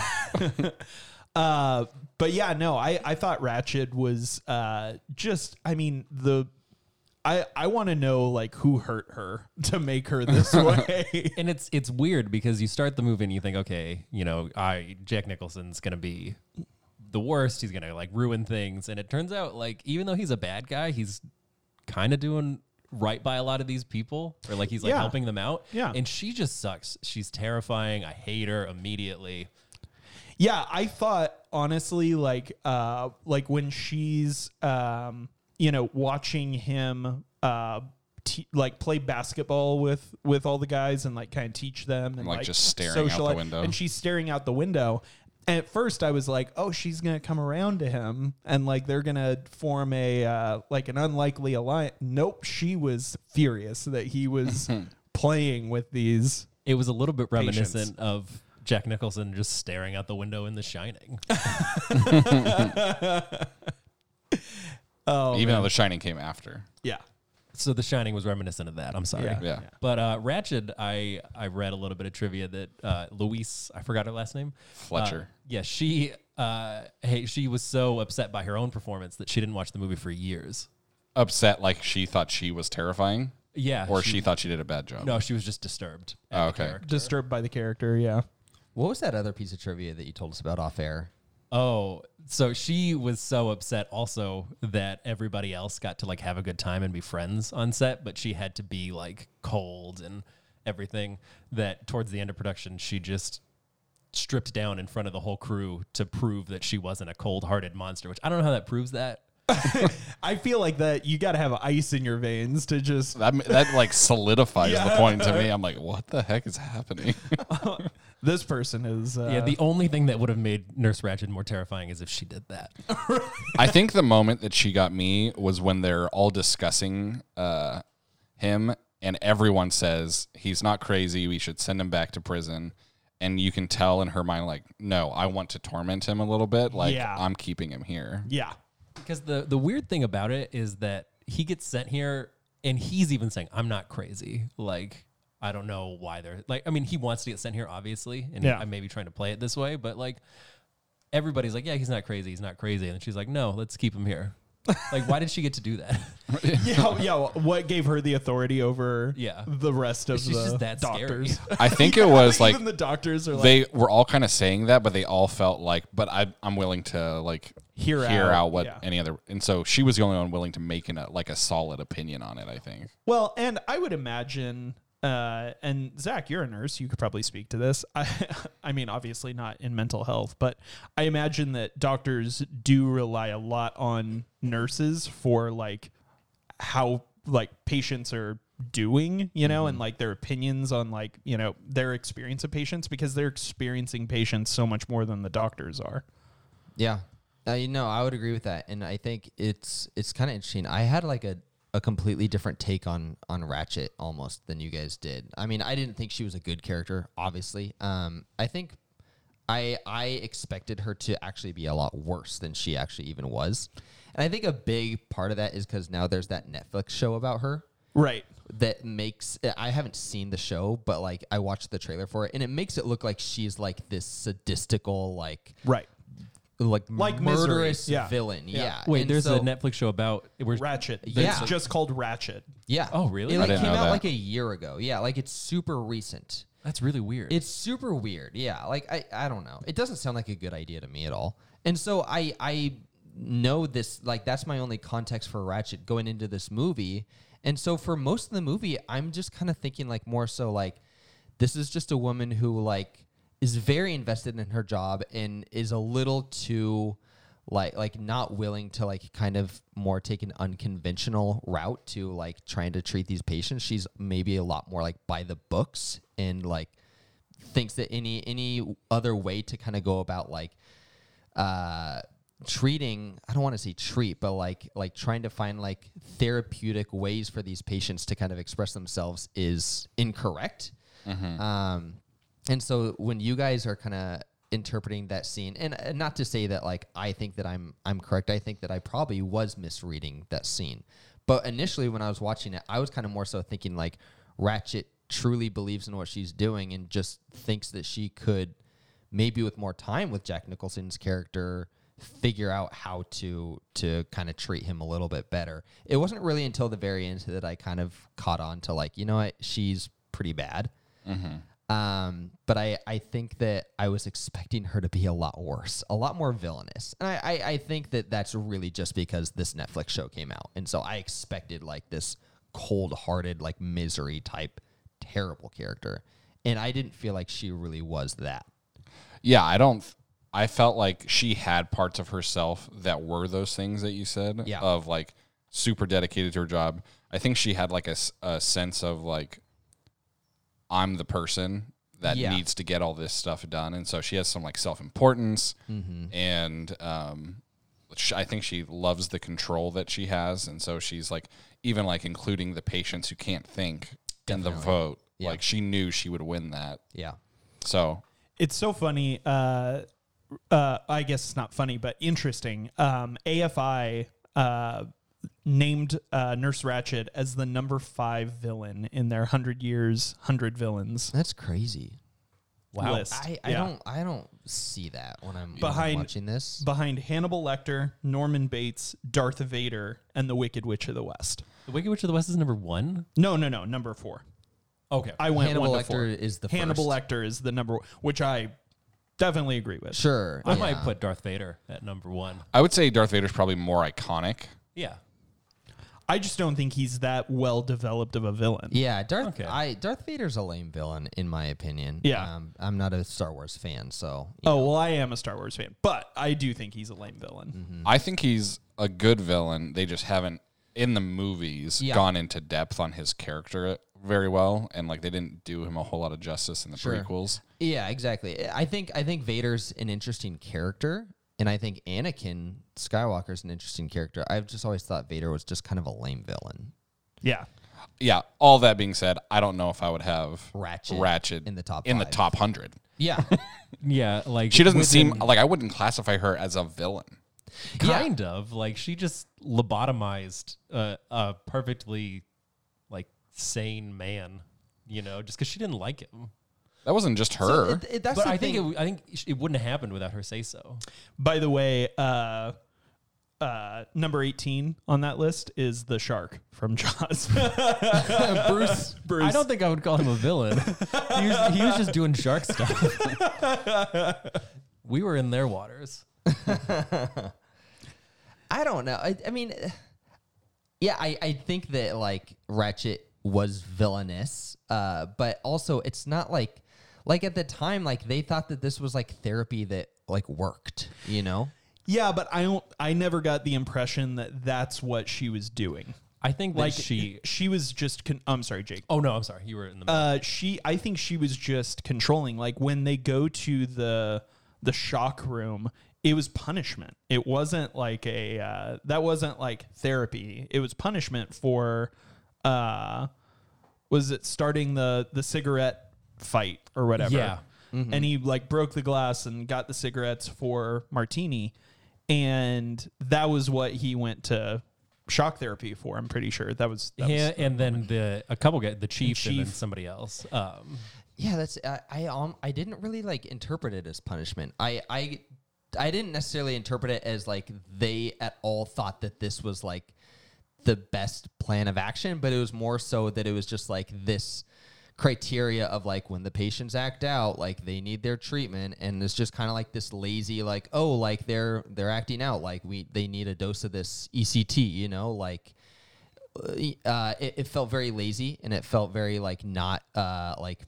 E: Uh, but yeah, no, I, I thought Ratchet was uh, just, I mean, the. I, I want to know like who hurt her to make her this way.
D: and it's it's weird because you start the movie and you think, okay, you know, I Jack Nicholson's gonna be the worst. He's gonna like ruin things, and it turns out like even though he's a bad guy, he's kind of doing right by a lot of these people, or like he's like
E: Yeah.
D: helping them out.
E: Yeah.
D: and she just sucks. She's terrifying. I hate her immediately.
E: yeah, I thought honestly like uh like when she's um you know watching him uh te- like play basketball with with all the guys and like kind of teach them and,
F: like, just staring out the
E: socialize-
F: window.
E: and she's staring out the window. And at first, I was like, "Oh, she's gonna come around to him, and like they're gonna form a uh, like an unlikely alliance." Nope, she was furious that he was playing with these.
D: It was a little bit reminiscent of Jack Nicholson just staring out the window in The Shining.
F: Even though The Shining came after.
E: Yeah,
D: so The Shining was reminiscent of that. I'm sorry.
E: Yeah.
F: Yeah.
D: But uh, Ratchet, I I read a little bit of trivia that uh, Louise, I forgot her last name,
F: Fletcher.
D: Uh, yeah, she uh, hey, she was so upset by her own performance that she didn't watch the movie for years.
F: Upset, like she thought she was terrifying,
D: Yeah,
F: or she, thought she did a bad job.
D: no, she was just disturbed. at
F: Oh,
D: the
F: okay.
D: character.
E: disturbed by the character. Yeah,
G: what was that other piece of trivia that you told us about off air?
D: Oh, so she was so upset also that everybody else got to like have a good time and be friends on set, but she had to be like cold and everything that towards the end of production she just stripped down in front of the whole crew to prove that she wasn't a cold-hearted monster, which I don't know how that proves that.
E: I feel like that you got to have ice in your veins to just.
F: That, that like solidifies the point to me. I'm like, what the heck is happening?
E: This person is. Uh,
D: yeah, the only thing that would have made Nurse Ratched more terrifying is if she did that.
F: I think the moment that she got me was when they're all discussing uh, him, and everyone says he's not crazy. We should send him back to prison. And you can tell in her mind, like, no, I want to torment him a little bit. Like,
E: Yeah.
F: I'm keeping him here.
E: yeah.
D: Because the the weird thing about it is that he gets sent here, and he's even saying, "I'm not crazy." Like I don't know why they're like. I mean, he wants to get sent here, obviously, and
E: Yeah.
D: I may be trying to play it this way, but like everybody's like, "Yeah, he's not crazy. He's not crazy," and she's like, "No, let's keep him here." like, why did she get to do that?
E: Yeah, yeah. What gave her the authority over
D: Yeah.
E: the rest of
D: She's
E: the
D: just that scary.
E: doctors?
F: I think it was like
E: even the doctors are like
F: they were all kind of saying that, but they all felt like, but I, I'm willing to like
E: Hear out,
F: out, what
E: yeah.
F: any other. And so she was the only one willing to make an, a, like a solid opinion on it. I think.
E: Well, and I would imagine, uh, and Zach, you're a nurse. You could probably speak to this. I, I mean, obviously not in mental health, but I imagine that doctors do rely a lot on nurses for like how like patients are doing, you know, and like their opinions on like, you know, their experience of patients because they're experiencing patients so much more than the doctors are.
G: Yeah, uh, you know, I would agree with that, and I think it's it's kind of interesting. I had like a, a completely different take on on Ratchet almost than you guys did. I mean, I didn't think she was a good character. Obviously, um, I think I I expected her to actually be a lot worse than she actually even was, and I think a big part of that is because now there's that Netflix show about her
E: Right.
G: that makes I haven't seen the show, but like I watched the trailer for it, and it makes it look like she's like this sadistical like
E: Right.
G: like,
E: Like Misery,
G: murderous
E: yeah.
G: villain.
E: Yeah.
G: Yeah.
D: Wait,
G: And
D: there's
G: so-
D: a Netflix show about where
E: Ratchet.
G: Yeah.
E: It's just called Ratchet.
G: Yeah.
D: Oh, really?
G: It
D: I
G: like,
F: didn't
G: came
F: know
G: out
F: that.
G: like a year ago. Yeah, like it's super recent.
D: That's really weird.
G: It's super weird. Yeah. Like I I don't know. It doesn't sound like a good idea to me at all. And so I I know this like that's my only context for Ratchet going into this movie. And so for most of the movie, I'm just kind of thinking like more so like this is just a woman who like is very invested in her job and is a little too like like not willing to like kind of more take an unconventional route to like trying to treat these patients. She's maybe a lot more like by the books and like thinks that any any other way to kind of go about like uh treating i don't want to say treat but like like trying to find like therapeutic ways for these patients to kind of express themselves is incorrect um and so when you guys are kind of interpreting that scene and uh, not to say that like i think that i'm i'm correct i think that i probably was misreading that scene but initially when i was watching it i was kind of more so thinking like ratchet truly believes in what she's doing and just thinks that she could maybe with more time with Jack Nicholson's character figure out how to to kind of treat him a little bit better. It wasn't really until the very end that I kind of caught on to like, you know what, she's pretty bad. Um, but I, I think that I was expecting her to be a lot worse, a lot more villainous. And I, I, I think that that's really just because this Netflix show came out. And so I expected like this cold hearted, like misery type, terrible character. And I didn't feel like she really was that.
F: Yeah, I don't. I felt like she had parts of herself that were those things that you said.
G: Yeah.
F: Of like super dedicated to her job. I think she had like a, s- a sense of like, I'm the person that
G: Yeah.
F: needs to get all this stuff done, and so she has some like self importance,
G: Mm-hmm.
F: and um, sh I think she loves the control that she has, and so she's like even like including the patients who can't think in the vote. Like she knew she would win that,
G: Yeah.
F: so
E: it's so funny. Uh, uh, I guess it's not funny, but interesting. Um, AFI uh, named uh, Nurse Ratchet as the number five villain in their hundred years, hundred villains
G: That's crazy.
D: wow.
E: list.
G: I, I
E: Yeah.
G: don't I don't see that when I'm, when I'm
E: Behind-
G: watching this.
E: Behind Hannibal Lecter, Norman Bates, Darth Vader, and the Wicked Witch of the West.
D: The Wicked Witch of the West is number one.
E: No, no, no, number four.
D: Okay.
E: I went
G: Hannibal
E: one to four.
G: Lecter is the
E: Hannibal
G: first.
E: Lecter is the number, one, which I definitely agree with.
G: Sure.
D: I
G: yeah.
D: might put Darth Vader at number one.
F: I would say Darth Vader's probably more iconic.
D: Yeah.
E: I just don't think he's that well developed of a villain.
G: Yeah, Darth.
D: Okay.
G: I Darth Vader's a lame villain, in my opinion.
E: Yeah.
G: um, I'm not a Star Wars fan, so you
E: Oh well, I am a Star Wars fan, but I do think he's a lame villain.
D: Mm-hmm.
G: Mm.
F: I think he's a good villain. They just haven't in the movies
G: Yeah.
F: gone into depth on his character uh, very well, and like they didn't do him a whole lot of justice in the
G: Sure.
F: prequels.
G: Yeah, exactly. I think I think Vader's an interesting character, and I think Anakin Skywalker's an interesting character. I've just always thought Vader was just kind of a lame villain.
E: Yeah,
F: Yeah. All that being said, I don't know if I would have
G: Ratchet in the top
F: in the
G: five.
F: top hundred.
G: Yeah,
D: Yeah, like
F: She doesn't
D: within-
F: seem like I wouldn't classify her as a villain.
D: kind of like she just lobotomized a, a perfectly like sane man, you know, just because she didn't like him.
F: That wasn't just her.
G: It- it- that's
D: but
G: the
D: I think
G: thing.
D: it, w- I think sh- it wouldn't have happened without her say so.
E: By the way, uh, uh, number 18 on that list is the shark from Jaws. Bruce. Bruce.
D: I don't think I would call him a villain. he, was, he was just doing shark stuff. we were in their waters.
G: I don't know. I, I mean, yeah, I, I think that like Ratchet was villainous, uh, but also it's not like like at the time like they thought that this was like therapy that like worked, you know?
E: yeah, but I don't. I never got the impression that that's what she was doing.
D: I think that
E: Like
D: she.
E: she was just. Con- I'm sorry, Jake.
D: Oh no, I'm sorry. You were in the.
E: Uh, she. I think she was just controlling. Like when they go to the the shock room, it was punishment. It wasn't like a. Uh, that wasn't like therapy. It was punishment for. Uh, was it starting the the cigarette fight or whatever?
D: Yeah.
G: Mm-hmm.
E: And he like broke the glass and got the cigarettes for Martini, and that was what he went to shock therapy for. I'm pretty sure that was. That
D: yeah,
E: was
D: and then the a couple guys, the chief, and then
E: chief.
D: somebody else. Um,
G: Yeah, that's I I, um, I didn't really like interpret it as punishment. I I I didn't necessarily interpret it as like they at all thought that this was like the best plan of action, but it was more so that it was just like this criteria of like when the patients act out, like they need their treatment, and it's just kind of like this lazy like oh like they're they're acting out, like we they need a dose of this ECT, you know, like uh, it, it felt very lazy and it felt very like not uh, like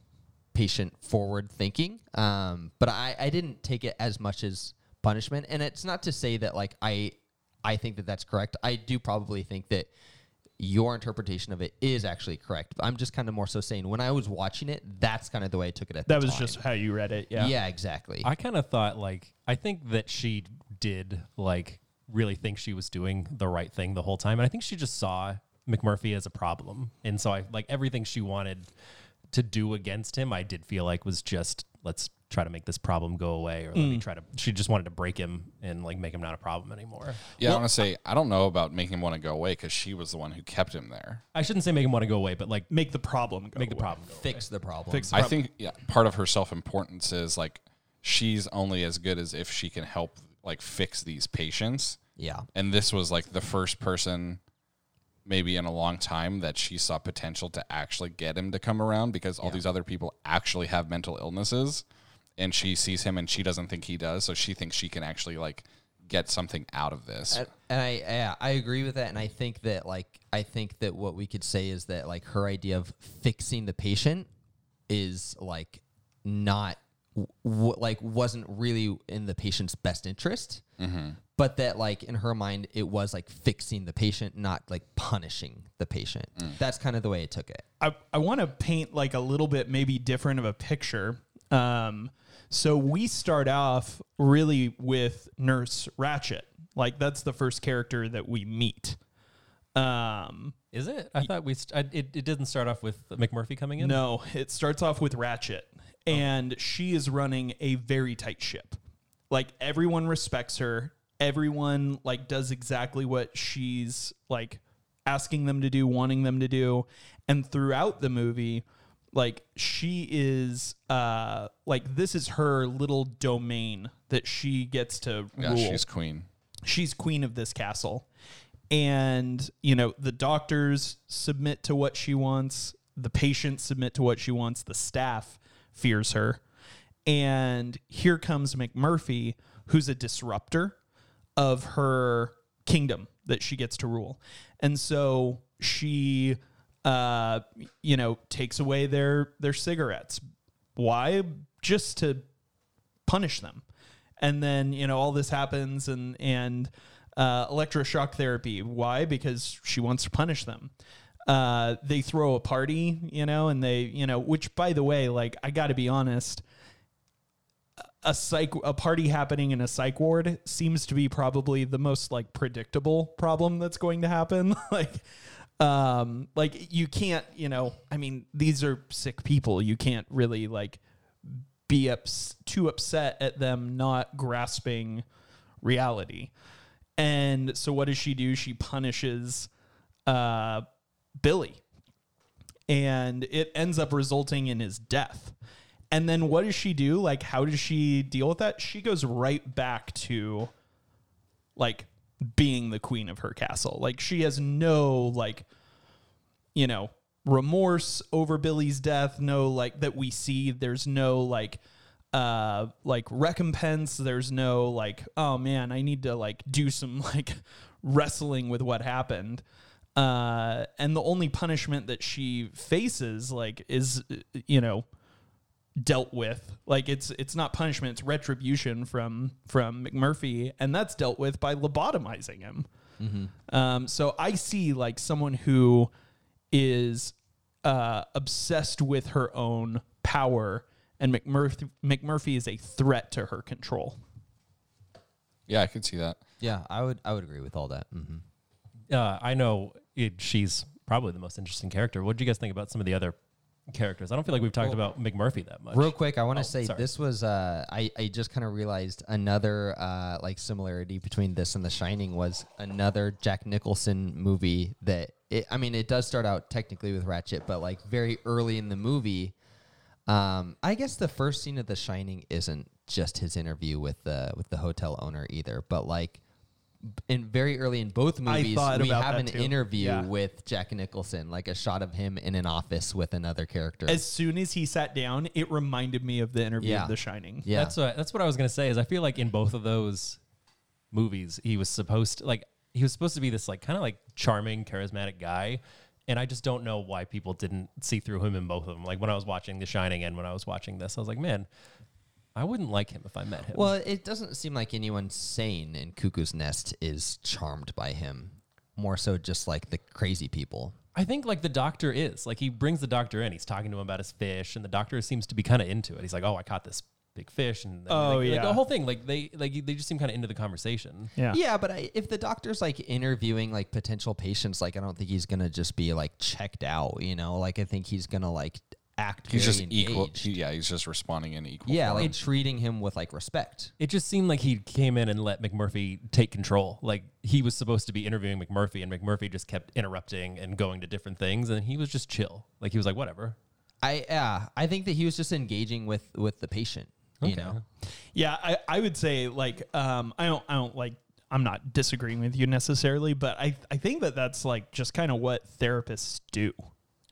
G: patient forward thinking. Um, but I, I didn't take it as much as punishment. And it's not to say that like I I think that that's correct. I do probably think that your interpretation of it is actually correct. I'm just kind of more so saying when I was watching it, that's kind of the way I took it at
E: that
G: the
E: was
G: time.
E: just how you read it.
G: yeah, exactly.
D: I kind of thought like I think that she did like really think she was doing the right thing the whole time, and I think she just saw McMurphy as a problem, and so I like everything she wanted to do against him. I did feel like was just let's try to make this problem go away, or let
E: Mm.
D: me try to. She just wanted to break him and like make him not a problem anymore.
F: yeah, I want to say I don't know about making him want to go away because she was the one who kept him there.
D: I shouldn't say make him want to go away, but like
E: make the problem go
D: make the
E: away.
D: problem go. away.
G: Fix the problem.
E: Fix-
F: I think yeah, part of her self importance is like she's only as good as if she can help like fix these patients.
G: yeah.
F: And this was like the first person maybe in a long time that she saw potential to actually get him to come around because all these other people actually have mental illnesses and she sees him and she doesn't think he does so she thinks she can actually like get something out of this.
G: And- And I yeah, I agree with that, and I think that like I think that what we could say is that like her idea of fixing the patient is like not w- like wasn't really in the patient's best interest, but that like in her mind it was like fixing the patient, not like punishing the patient. That's kind of the way I took it.
E: I, I want to paint like a little bit maybe different of a picture. Um, so we start off really with Nurse Ratchet. Like that's the first character that we meet. Um,
D: Is it? I thought we. St- I, it, it didn't start off with McMurphy coming in.
E: no, it starts off with Ratchet,
F: Oh.
E: and she is running a very tight ship. Like everyone respects her. Everyone like does exactly what she's like asking them to do, wanting them to do, and throughout the movie, like she is uh like this is her little domain that she gets to
F: yeah,
E: rule
F: she's queen.
E: she's queen of this castle. And, you know, the doctors submit to what she wants, the patients submit to what she wants, the staff fears her. And here comes McMurphy, who's a disruptor of her kingdom, that she gets to rule. And so she uh you know takes away their their cigarettes. Why? Just to punish them. And then, you know, all this happens and and uh, electroshock therapy. Why? Because she wants to punish them. Uh, they throw a party, you know, and they, you know, which by the way, like I got to be honest, a psych a party happening in a psych ward seems to be probably the most like predictable problem that's going to happen like um like you can't you know i mean these are sick people you can't really like be ups- too upset at them not grasping reality and so what does she do she punishes uh billy and it ends up resulting in his death. And then what does she do? Like, how does she deal with that? She goes right back to like being the queen of her castle. Like, she has no, like, you know, remorse over Billy's death, no, like, that we see. There's no, like, uh like recompense there's no like oh man i need to like do some like wrestling with what happened uh, and the only punishment that she faces like is uh, you know dealt with like it's it's not punishment it's retribution from from mcmurphy and that's dealt with by lobotomizing him um, so i see like someone who is uh, obsessed with her own power and mcmurphy mcmurphy is a threat to her control
F: Yeah, I could see that.
G: Yeah, I would I would agree with all that. hmm
D: uh, I know it, she's probably the most interesting character. What did you guys think about some of the other characters? I don't feel like we've talked about McMurphy that much.
G: Real quick, I want to
D: Oh,
G: say
D: sorry.
G: this was uh, I I just kind of realized another uh, like similarity between this and The Shining was another Jack Nicholson movie that it, I mean it does start out technically with Ratchet, but like very early in the movie, um, I guess the first scene of The Shining isn't just his interview with the with the hotel owner either, but like in very early in both movies
E: thought
G: we
E: about
G: have
E: that
G: an
E: too.
G: interview
E: Yeah.
G: with Jack Nicholson, like a shot of him in an office with another character.
E: as soon as he sat down it reminded me of the interview
G: Yeah.
E: of the shining
G: yeah.
D: That's what that's what I was gonna say. Is I feel like in both of those movies, he was supposed to like he was supposed to be this like kind of like charming, charismatic guy, and I just don't know why people didn't see through him in both of them. Like when I was watching The Shining and when I was watching this, I was like, man, I wouldn't like him if I met him.
G: Well, it doesn't seem like anyone sane in Cuckoo's Nest is charmed by him. More so, just like the crazy people.
D: I think like the doctor is like he brings the doctor in. He's talking to him about his fish, and the doctor seems to be kind of into it. He's like, "Oh, I caught this big fish," and then,
E: Oh,
D: like, like,
E: yeah.
D: the whole thing. Like they like they just seem kind of into the conversation.
E: yeah
G: Yeah, but I, if the doctor's like interviewing like potential patients, like I don't think he's gonna just be like checked out. You know, like I think he's gonna like act.
F: He's
G: very
F: just equal.
G: engaged.
F: He, yeah, he's just responding in equal.
G: yeah,
F: form.
G: like treating him with like respect.
D: It just seemed like he came in and let McMurphy take control. Like he was supposed to be interviewing McMurphy, and McMurphy just kept interrupting and going to different things, and he was just chill. Like he was like, "Whatever."
G: I yeah, I think that he was just engaging with with the patient. You know,
E: Yeah, I, I would say like um I don't I don't like I'm not disagreeing with you necessarily, but I I think that that's like just kind of what therapists do.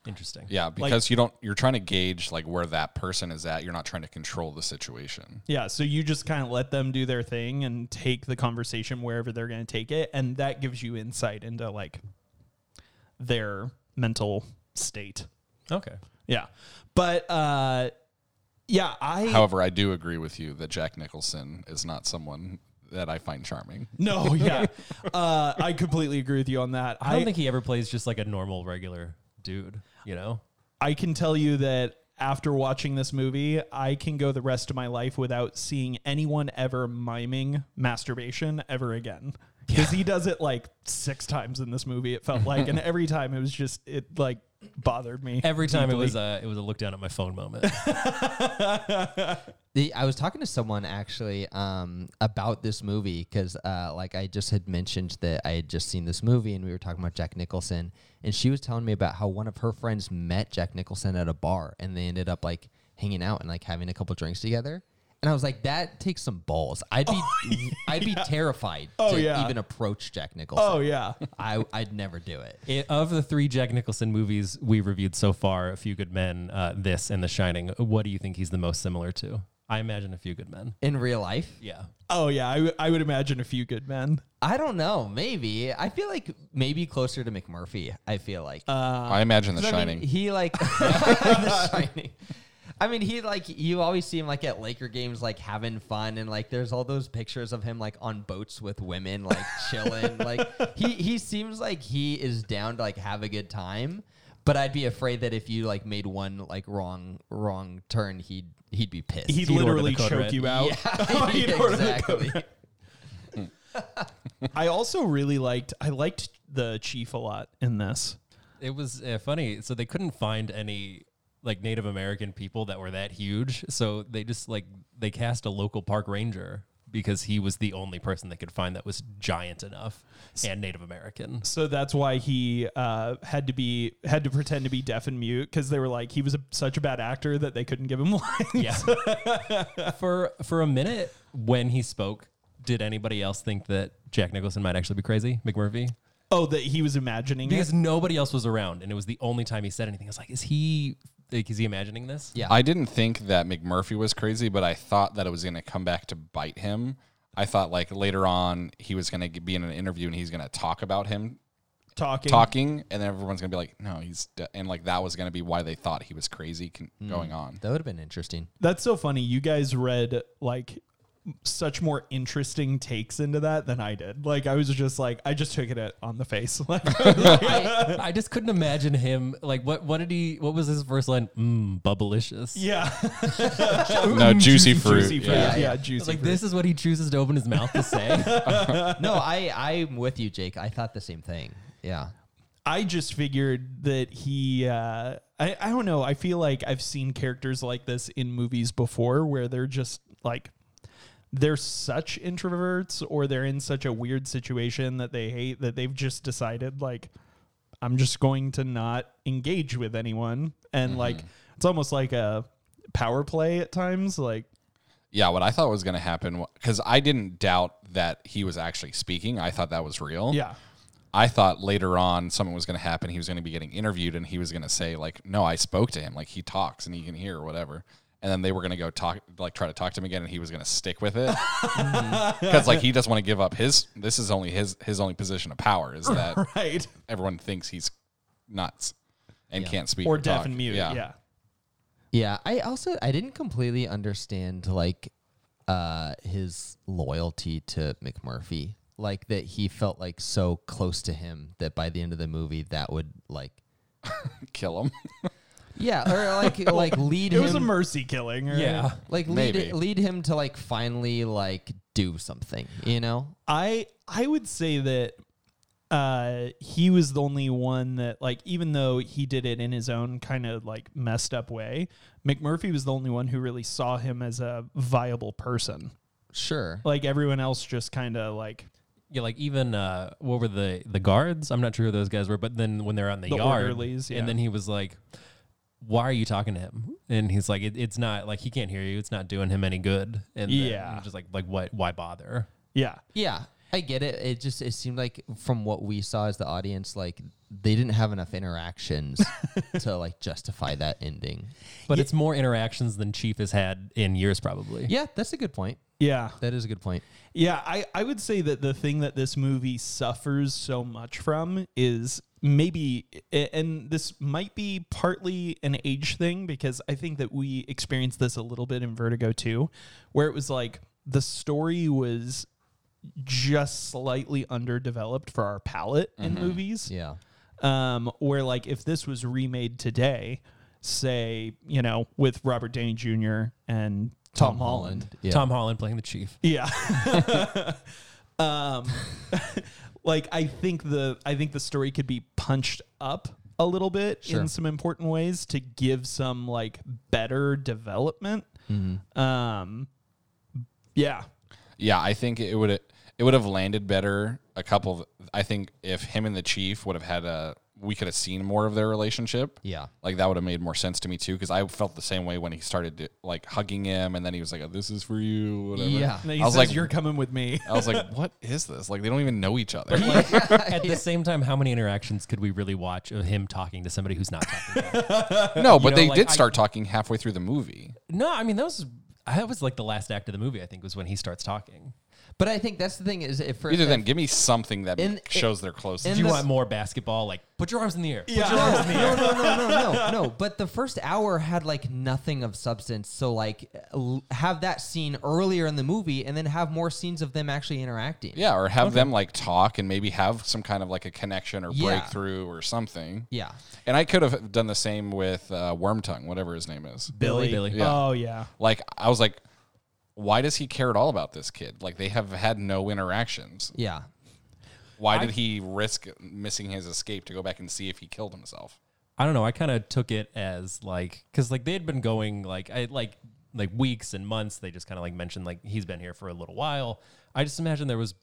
D: Interesting.
F: Yeah, because you don't you're trying to gauge like where that person is at. You're not trying to control the situation.
E: Yeah, so you just kind of let them do their thing and take the conversation wherever they're going to take it, and that gives you insight into like their mental state.
D: Okay.
E: Yeah, but uh, yeah, I
F: However, I do agree with you that Jack Nicholson is not someone that I find charming.
E: no, yeah, uh, I completely agree with you on that.
D: I don't think he ever plays just like a normal regular dude. You know.
E: I can tell you that after watching this movie, I can go the rest of my life without seeing anyone ever miming masturbation ever again. Because he does it like six times in this movie, it felt like, and every time it was just it like bothered me.
D: Every time it was a it was a look down at my phone moment.
G: The, I was talking to someone actually um, about this movie because, uh, like, I just had mentioned that I had just seen this movie and we were talking about Jack Nicholson. And she was telling me about how one of her friends met Jack Nicholson at a bar and they ended up, like, hanging out and, like, having a couple drinks together. And I was like, that takes some balls. I'd be, I'd be terrified
E: Oh,
G: to
E: yeah.
G: even approach Jack Nicholson.
E: Oh yeah.
G: I, I'd never do it.
D: It, of the three Jack Nicholson movies we reviewed so far, A Few Good Men, uh, this, and The Shining, what do you think he's the most similar to? I imagine a few good men.
G: in real life.
D: Yeah.
E: Oh yeah, I, w- I would imagine a few good men.
G: I don't know. Maybe I feel like maybe closer to McMurphy. I feel like
F: I imagine The
G: 'Cause, I mean,
F: Shining.
G: he like The Shining. I mean, he like you always see him like at Laker games, like having fun, and like there's all those pictures of him like on boats with women, like chilling. like he he seems like he is down to like have a good time. But I'd be afraid that if you like made one like wrong wrong turn, he'd he'd be pissed.
E: He'd,
D: order
E: literally
D: the code
E: choke
D: red.
E: you out.
G: yeah,
E: He'd order the code
G: exactly.
E: I also really liked I liked the chief a lot in this.
D: It was uh, funny. So they couldn't find any like Native American people that were that huge. So they just like they cast a local park ranger because he was the only person they could find that was giant enough and Native American.
E: So that's why he uh, had to be had to pretend to be deaf and mute because they were like he was a, such a bad actor that they couldn't give him lines.
D: Yeah. for for a minute when he spoke, did anybody else think that Jack Nicholson might actually be crazy, McMurphy?
E: Oh, that he was imagining
D: Because
E: it.
D: nobody else was around, and it was the only time he said anything. I was like, is he like is he imagining this?
G: Yeah.
F: I didn't think that McMurphy was crazy, but I thought that it was going to come back to bite him. I thought like later on he was going to be in an interview and he's going to talk about him
E: talking.
F: talking, and then everyone's going to be like, "No, he's," de-. and like that was going to be why they thought he was crazy con- going on.
G: That would have been interesting.
E: That's so funny. You guys read like such more interesting takes into that than I did. Like I was just like I just took it at, on the face. Like
D: I just couldn't imagine him like what what did he what was his first line? Mmm, bubblicious.
E: yeah,
F: No, juicy fruit.
E: juicy fruit.
F: Yeah.
E: Yeah, juicy.
D: Like
E: fruit.
D: this is what he chooses to open his mouth to say.
G: No, I I'm with you, Jake. I thought the same thing. Yeah.
E: I just figured that he. Uh, I I don't know. I feel like I've seen characters like this in movies before, where they're just like they're such introverts, or they're in such a weird situation that they hate that they've just decided like I'm just going to not engage with anyone, and like it's almost like a power play at times. Like
F: Yeah, what I thought was going to happen because I didn't doubt that he was actually speaking. I thought that was real.
E: yeah,
F: I thought later on something was going to happen. He was going to be getting interviewed, and he was going to say like, "No, I spoke to him. Like he talks and he can hear or whatever." And then they were going to go talk, like try to talk to him again, and he was going to stick with it because like he doesn't want to give up his. This is only his his only position of power is that
E: right.
F: everyone thinks he's nuts and can't speak
E: Or deaf
F: talk.
E: and mute. yeah.
G: Yeah, I also I didn't completely understand like uh his loyalty to McMurphy. Like that he felt like so close to him that by the end of the movie that would like
F: kill him.
G: Yeah, or like like lead
E: It was a
G: him
E: mercy killing. Or,
D: yeah.
G: like lead
F: Maybe.
G: lead him to like finally like do something, you know?
E: I I would say that uh he was the only one that like even though he did it in his own kind of like messed up way, McMurphy was the only one who really saw him as a viable person.
G: Sure.
E: Like everyone else just kind of like
D: Yeah, like even uh, what were the the guards? I'm not sure who those guys were, but then when they're out in the,
E: The
D: yard,
E: orderlies, yeah.
D: and then he was like, "Why are you talking to him?" And he's like, it, "It's not like he can't hear you. It's not doing him any good." And then
E: Yeah.
D: I'm just like like what? Why bother?
E: yeah.
G: Yeah, I get it. It just it seemed like from what we saw as the audience, like they didn't have enough interactions to like justify that ending.
D: But it's more interactions than Chief has had in years, probably.
G: Yeah, that's a good point.
E: Yeah.
G: That is a good point.
E: Yeah, I, I would say that the thing that this movie suffers so much from is maybe, a- and this might be partly an age thing because I think that we experienced this a little bit in Vertigo too, where it was like the story was just slightly underdeveloped for our palate in movies
G: Yeah.
E: um, where like if this was remade today, say you know with Robert Downey Jr. and Tom, Holland,
G: Yeah.
D: Tom Holland playing the Chief.
E: yeah. um, like I think the I think the story could be punched up a little bit in some important ways to give some like better development.
F: Mm-hmm.
E: Um, yeah,
F: Yeah, I think it would it would have landed better. A couple, of, I think, if him and the chief would have had a, we could have seen more of their relationship.
G: Yeah.
F: like that would have made more sense to me too. Because I felt the same way when he started to, like hugging him, and then he was like, oh, "This is for you." Whatever.
G: Yeah.
E: And he
F: I was
E: says
F: like,
E: you're coming with me.
F: I was like, "What is this? Like they don't even know each other."
D: At the same time, how many interactions could we really watch of him talking to somebody who's not talking? back?
F: no, but
D: know,
F: they
D: like,
F: did
D: I-
F: start talking halfway through the movie.
D: no, I mean that was. that was like the last act of the movie. I think was when he starts talking.
G: But I think that's the thing is if for
F: Either them,
G: if-
F: give me something that
G: In-
F: shows they're close.
G: in
D: Do you
G: this-
D: want more basketball? Like put your arms in the air. Put
E: Yeah.
D: your arms in the air.
G: no, no, no, no, no, no. But the first hour had like nothing of substance. So like, l- have that scene earlier in the movie, and then have more scenes of them actually interacting.
F: yeah, or have them like talk and maybe have some kind of like a connection or
G: Yeah.
F: breakthrough or something.
G: Yeah.
F: And I could have done the same with uh, Wormtongue, whatever his name is.
D: Billy. Billy.
F: Yeah.
E: Oh yeah.
F: Like I was like, why does he care at all about this kid? Like they have had no interactions.
G: Yeah.
F: Why did he risk missing his escape to go back and see if he killed himself?
D: I don't know. I kind of took it as like because like they had been going like I like like weeks and months. They just kind of like mentioned like he's been here for a little while. I just imagine there was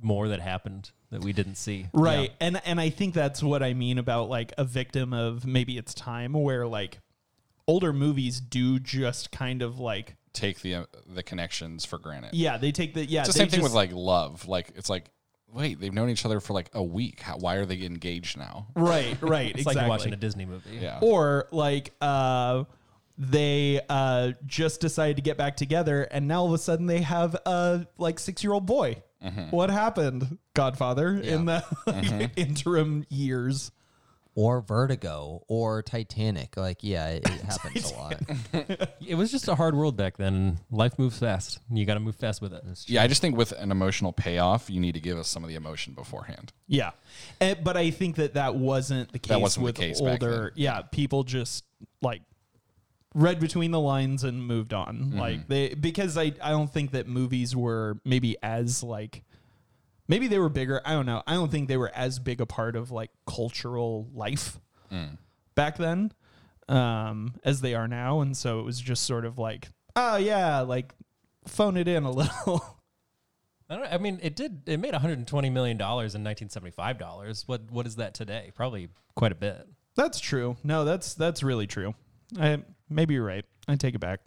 D: more that happened that we didn't see.
E: Right. And and I think that's what I mean about like a victim of maybe it's time where like older movies do just kind of like
F: Take the uh, the connections for granted.
E: yeah, they take the yeah,
F: It's the
E: they
F: same thing with
E: just-
F: like love. Like it's like, wait, they've known each other for like a week. How, why are they engaged now?
E: Right, right,
D: It's
E: exactly.
D: like watching a Disney movie.
F: Yeah.
E: or like uh they uh just decided to get back together and now all of a sudden they have a like six year old boy what happened godfather in the like, interim years
G: Or Vertigo or Titanic. Like, yeah, it, it happens a lot.
D: It was just a hard world back then. Life moves fast. and You got to move fast with it.
F: Yeah, I just think with an emotional payoff, you need to give us some of the emotion beforehand.
E: yeah Eh, but i think that that wasn't the case
F: wasn't the
E: with
F: case back
E: older yeah people just like read between the lines and moved on
F: Mm-hmm.
E: like they because i i don't think that movies were maybe as like maybe they were bigger i don't know i don't think they were as big a part of like cultural life
F: Mm.
E: back then um as they are now and so it was just sort of like oh yeah like phone it in a little
D: I don't. I mean, it did. It made 120 million dollars in 1975 dollars. What What is that today? Probably quite a bit.
E: that's true no that's that's really true i maybe you're right i take it back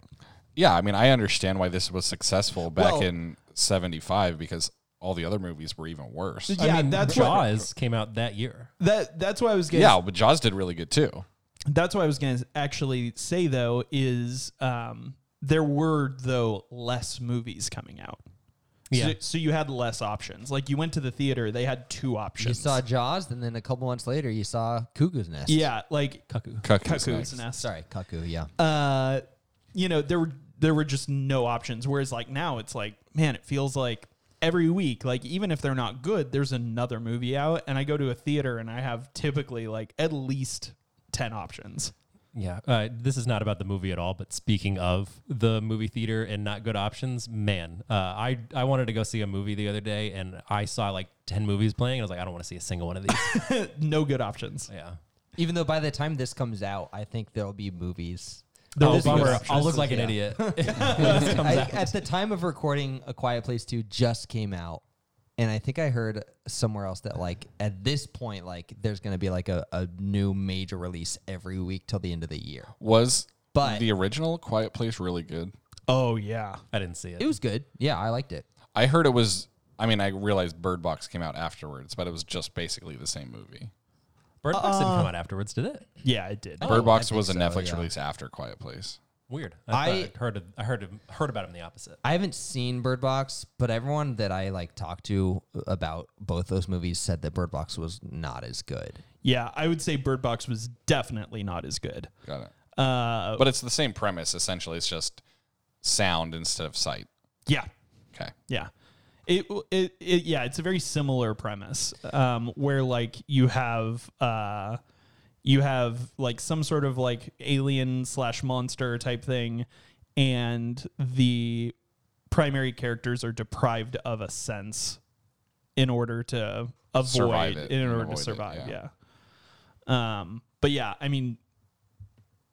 F: Yeah, I mean, I understand why this was successful back
E: Well-
F: in '75 because all the other movies were even worse. Uh,
E: yeah
D: I mean,
E: that's what,
D: Jaws came out that year.
E: that that's why i was getting
F: Yeah, but Jaws did really good too.
E: that's what I was going to actually say though is um, there were though less movies coming out.
D: Yeah.
E: So, so you had less options. Like you went to the theater, they had two
G: you
E: options.
G: saw Jaws, and then a couple months later, you saw Cuckoo's Nest.
E: yeah, like
D: Cuckoo.
F: Cuckoo's
E: Cuckoo's
F: Nest.
E: Nest.
G: Sorry, Cuckoo. Yeah.
E: Uh, you know, there were there were just no options. Whereas like now, it's like man, it feels like every week, like even if they're not good, there's another movie out, and I go to a theater and I have typically like at least ten options.
D: Yeah, uh, this is not about the movie at all. But speaking of the movie theater and not good options, man, uh, I I wanted to go see a movie the other day, and I saw like ten movies playing, and I was like, I don't want to see a single one of these.
E: No good options.
D: yeah,
G: Even though by the time this comes out, I think there'll be movies.
E: There
D: oh,
E: will be good
D: bummer.
E: options.
D: I'll look like an
G: Yeah.
D: idiot.
G: I, at the time of recording, A Quiet Place Two just came out, and I think I heard somewhere else that like at this point, like there's gonna be like a, a new major release every week till the end of the year.
F: Was
G: But-
F: the original Quiet Place really good?
E: Oh yeah.
D: I didn't see it.
G: It was good. Yeah, I liked it.
F: I heard it was. I mean, I realized Bird Box came out afterwards, but it was just basically the same movie.
D: Bird Box didn't
E: Uh,
D: come out afterwards, did it?
E: Yeah, it did.
D: Oh.
F: Bird Box
G: Oh, think
F: was a
G: so,
F: Netflix
G: yeah.
F: release after Quiet Place.
D: Weird. I,
G: I-
D: thought I'd heard of, I heard of, heard about him the opposite.
G: I haven't seen Bird Box, but everyone that I like talked to about both those movies said that Bird Box was not as good.
E: Yeah, I would say Bird Box was definitely not as good.
F: Got it.
E: Uh,
F: But it's the same premise essentially. It's just sound instead of sight.
E: yeah,
F: Okay.
E: yeah. It, it, it yeah, it's a very similar premise um, where like you have uh, you have like some sort of like alien slash monster type thing, and the primary characters are deprived of a sense in order to avoid
F: Survive it
E: in
F: and
E: order
F: avoid
E: to
F: it,
E: survive.
F: yeah.
E: yeah. Um. But yeah, I mean,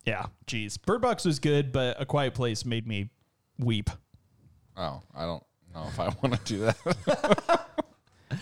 E: yeah. Geez, Bird Box was good, but A Quiet Place made me weep.
F: Oh, I don't know if I want to do that.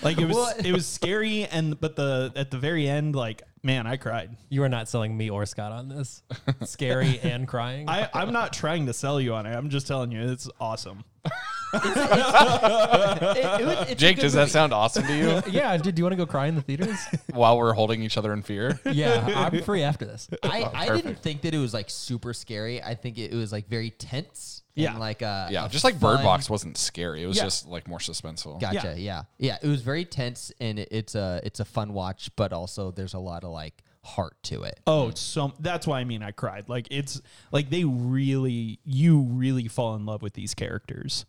E: Like it was
G: Well-
E: it was scary and but the at the very end like man I cried.
D: You are not selling me or Scott on this. Scary and crying.
E: I I'm not trying to sell you on it. I'm just telling you it's awesome.
G: It- it was- it's a
F: Jake,
G: good
F: does
G: movie.
F: that sound awesome to you?
D: yeah, dude, do you want to go cry in the theaters?
F: While we're holding each other in fear.
D: yeah, I'm free after this.
G: I, I didn't
F: perfect.
G: think that it was like super scary. I think it, it was like very tense.
E: Yeah.
G: And like uh
F: Yeah, just like Bird
G: fun-
F: Box wasn't scary. It was
E: Yeah.
F: just like more suspenseful.
G: Gotcha. Yeah. yeah. It was very tense and it, it's a it's a fun watch, but also there's a lot of like heart to it.
E: Oh, it's so that's why I mean I cried. Like it's like they really, you really fall in love with these characters.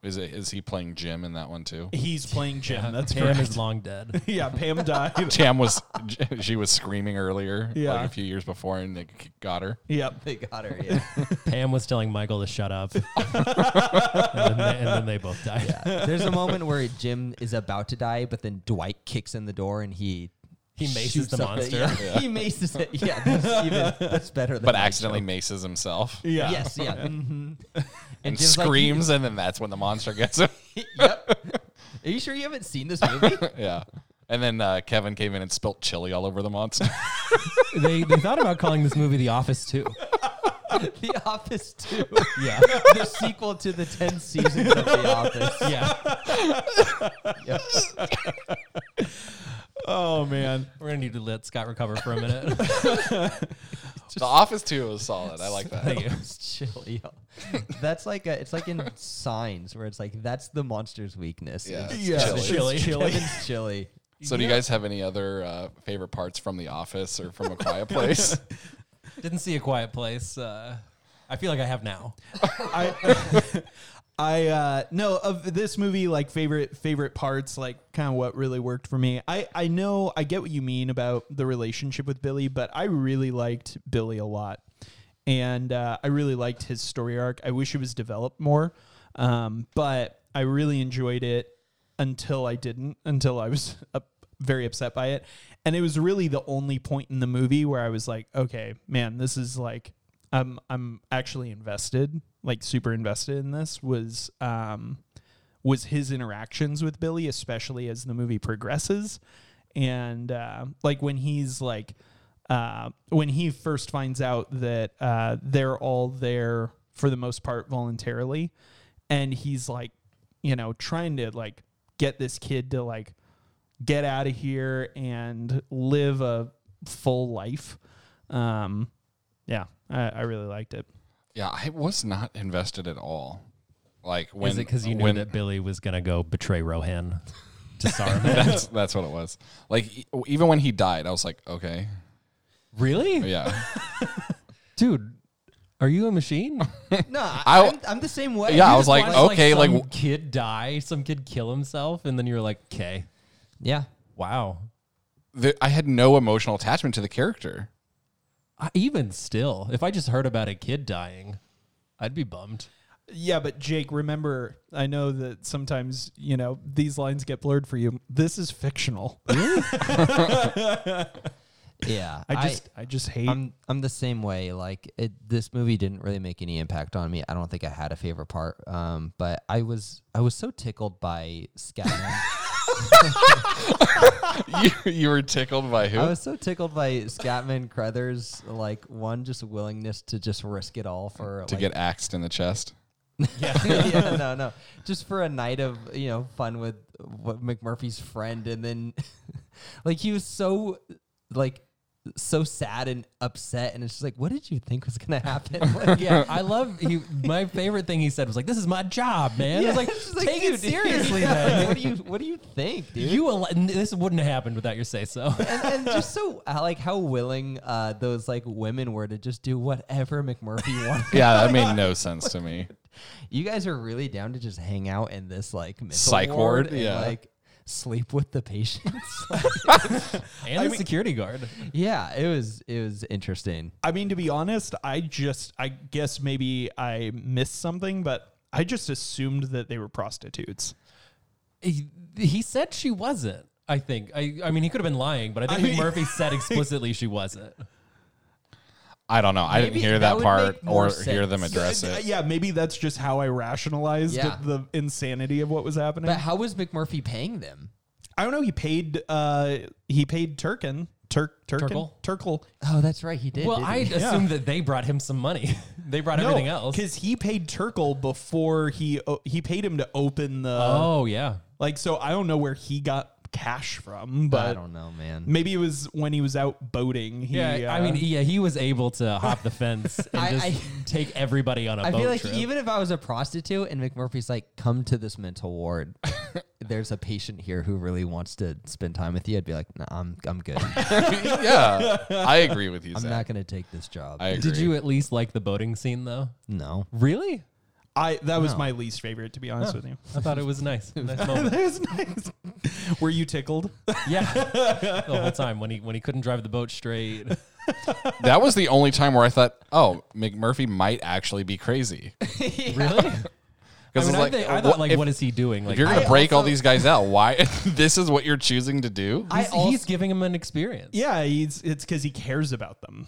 F: Is it? Is he playing Jim in that one too?
E: He's playing Jim. That's
D: Pam
E: correct.
D: is long dead.
E: yeah, Pam died.
F: Tam was she was screaming earlier,
E: Yeah.
F: like a few years before, and they k- got her.
E: yep.
G: They got her. Yeah.
D: Pam was telling Michael to shut up, and, then they, and then they both died.
G: yeah. There's a moment where Jim is about to die, but then Dwight kicks in the door and he
D: He maces
G: shoots
D: the
G: up
D: monster.
G: yeah. he maces it. Yeah, that's even that's better. Than
F: But
G: my
F: accidentally
G: joke.
F: maces himself
E: Yeah.
G: Yes. Yeah. mhm.
F: and
G: Jim's like,
F: screams, and then that's when the monster gets him.
G: yep. Are you sure you haven't seen this movie?
F: yeah. And then uh, Kevin came in and spilt chili all over the monster.
D: They they thought about calling this movie The Office too.
G: the Office Two.
D: Yeah,
G: the sequel to the 10 seasons of The Office.
D: yeah.
E: Oh man.
D: We're gonna need to let Scott recover for a minute.
F: the Office Two was solid. I like that.
D: Thank you.
G: It's chilly. That's like a, it's like in Signs where it's like that's the monster's weakness.
F: Yeah.
G: It's
F: Yeah.
E: It's
D: Chili.
E: chili.
G: Kevin's chilly.
F: So, do you guys have any other uh, favorite parts from The Office or from A Quiet Place?
D: Didn't see a quiet place. Uh, I feel like I have now.
E: I I uh no of this movie like favorite favorite parts like kind of what really worked for me. I I know I get what you mean about the relationship with Billy, but I really liked Billy a lot. And uh, I really liked his story arc. I wish it was developed more. Um, but I really enjoyed it until I didn't, until I was up, very upset by it. And it was really the only point in the movie where I was like, okay, man, this is like I'm I'm actually invested, like super invested in this was um was his interactions with Billy, especially as the movie progresses, and uh, like when he's like uh, when he first finds out that uh, they're all there for the most part voluntarily, and he's like, you know, trying to like get this kid to like get out of here and live a full life. Um, yeah, I, I really liked it.
F: Yeah, I was not invested at all. Like when
D: Is it because you knew
F: when,
D: that Billy was gonna go betray Rohan to Saruman?
F: that's that's what it was. Like e- even when he died, I was like, okay,
D: really,
F: yeah,
D: dude? Are you a machine?
G: No, I,
F: I-
G: am I'm the same way.
F: yeah. I
D: You
F: was
D: just
F: like,
D: watched,
F: okay, like,
D: some kid die, some kid kill himself, and then you're like, okay,
F: oh.
G: Yeah.
D: wow.
F: the, I had no emotional attachment to the character.
D: I, even still, if I just heard about a kid dying, I'd be bummed.
E: Yeah, but Jake, remember, I know that sometimes, you know, these lines get blurred for you. This is fictional.
G: Yeah.
E: I just I, just hate
G: I'm I'm the same way. Like it, this movie didn't really make any impact on me. I don't think I had a favorite part. Um, but I was I was so tickled by Scatman.
F: you, you were tickled by who?
G: I was so tickled by Scatman Crothers, like one just willingness to just risk it all for
F: to
G: like,
F: get axed in the chest.
G: yeah, no, no, just for a night of you know fun with, with McMurphy's friend, and then like he was so like so sad and upset, and it's just like, what did you think was gonna happen? Like,
D: Yeah, I love he. My favorite thing he said was like, "This is my job, man." I was like,
G: just
D: "Take it
G: dude, yeah,
D: seriously,
G: What
D: then."
G: do you what do you think, dude?
D: You al- this wouldn't have happened without your say so.
G: and, and just so uh, like how willing uh, those like women were to just do whatever McMurphy wanted.
F: Yeah, that made no sense to me.
G: You guys are really down to just hang out in this like mental
F: Psych ward,
G: ward, and,
F: yeah.
G: like sleep with the patients.
D: And the security guard.
G: yeah, it was it was interesting.
E: I mean to be honest, I just I guess maybe I missed something, but I just assumed that they were prostitutes.
D: He, he said she wasn't. I think. I. I mean, he could have been lying, but I think Murphy said explicitly she wasn't.
F: I don't know. I
G: Maybe
F: didn't hear
G: that
F: that,
G: would
F: part
G: make more
F: or hear them
G: sense.
F: address
E: Uh,
F: it.
E: yeah, maybe that's just how I rationalized
G: Yeah.
E: the insanity of what was happening.
G: But how was McMurphy paying them?
E: I don't know. He paid. Uh, he paid Turkin. Turk Turkin?
D: Turkle?
E: Turkle.
G: Oh, that's right. He did.
D: Well,
G: didn't
D: I
G: he?
D: assume that they brought him some money. they brought everything else.
E: because he paid Turkle before he o- he paid him to open the
D: oh yeah,
E: like. So I don't know where he got cash from, but
G: I don't know, man.
E: Maybe it was when he was out boating. He,
D: yeah. I
E: uh,
D: mean, yeah, he was able to hop the fence and
G: I-
D: just
G: I-
D: take everybody on a
G: I
D: boat
G: feel like
D: trip.
G: even if I was a prostitute and McMurphy's like, come to this mental ward, there's a patient here who really wants to spend time with you, I'd be like, no, I'm I'm good. I'm
F: yeah, I agree with you. Zach.
G: not gonna take this job.
F: I agree.
D: Did you at least like the boating scene though?
G: no.
D: Really?
E: I that was my least favorite, to be honest with you.
D: I thought it was nice. Nice moment.
E: That was nice. Were you tickled?
D: Yeah, the whole time when he when he couldn't drive the boat straight.
F: That was the only time where I thought, oh, McMurphy might actually be crazy.
D: Really? I,
F: it's
D: mean, I,
F: like, uh,
D: think- I
F: what-
D: thought like,
F: if-
D: what is he doing? Like,
F: If you're
D: I-
F: gonna
G: I
F: break all
G: also-
F: these guys out, why? this is what you're choosing to do?
G: I
D: he's, he's giving him an experience.
E: Yeah, he's it's because he cares about them.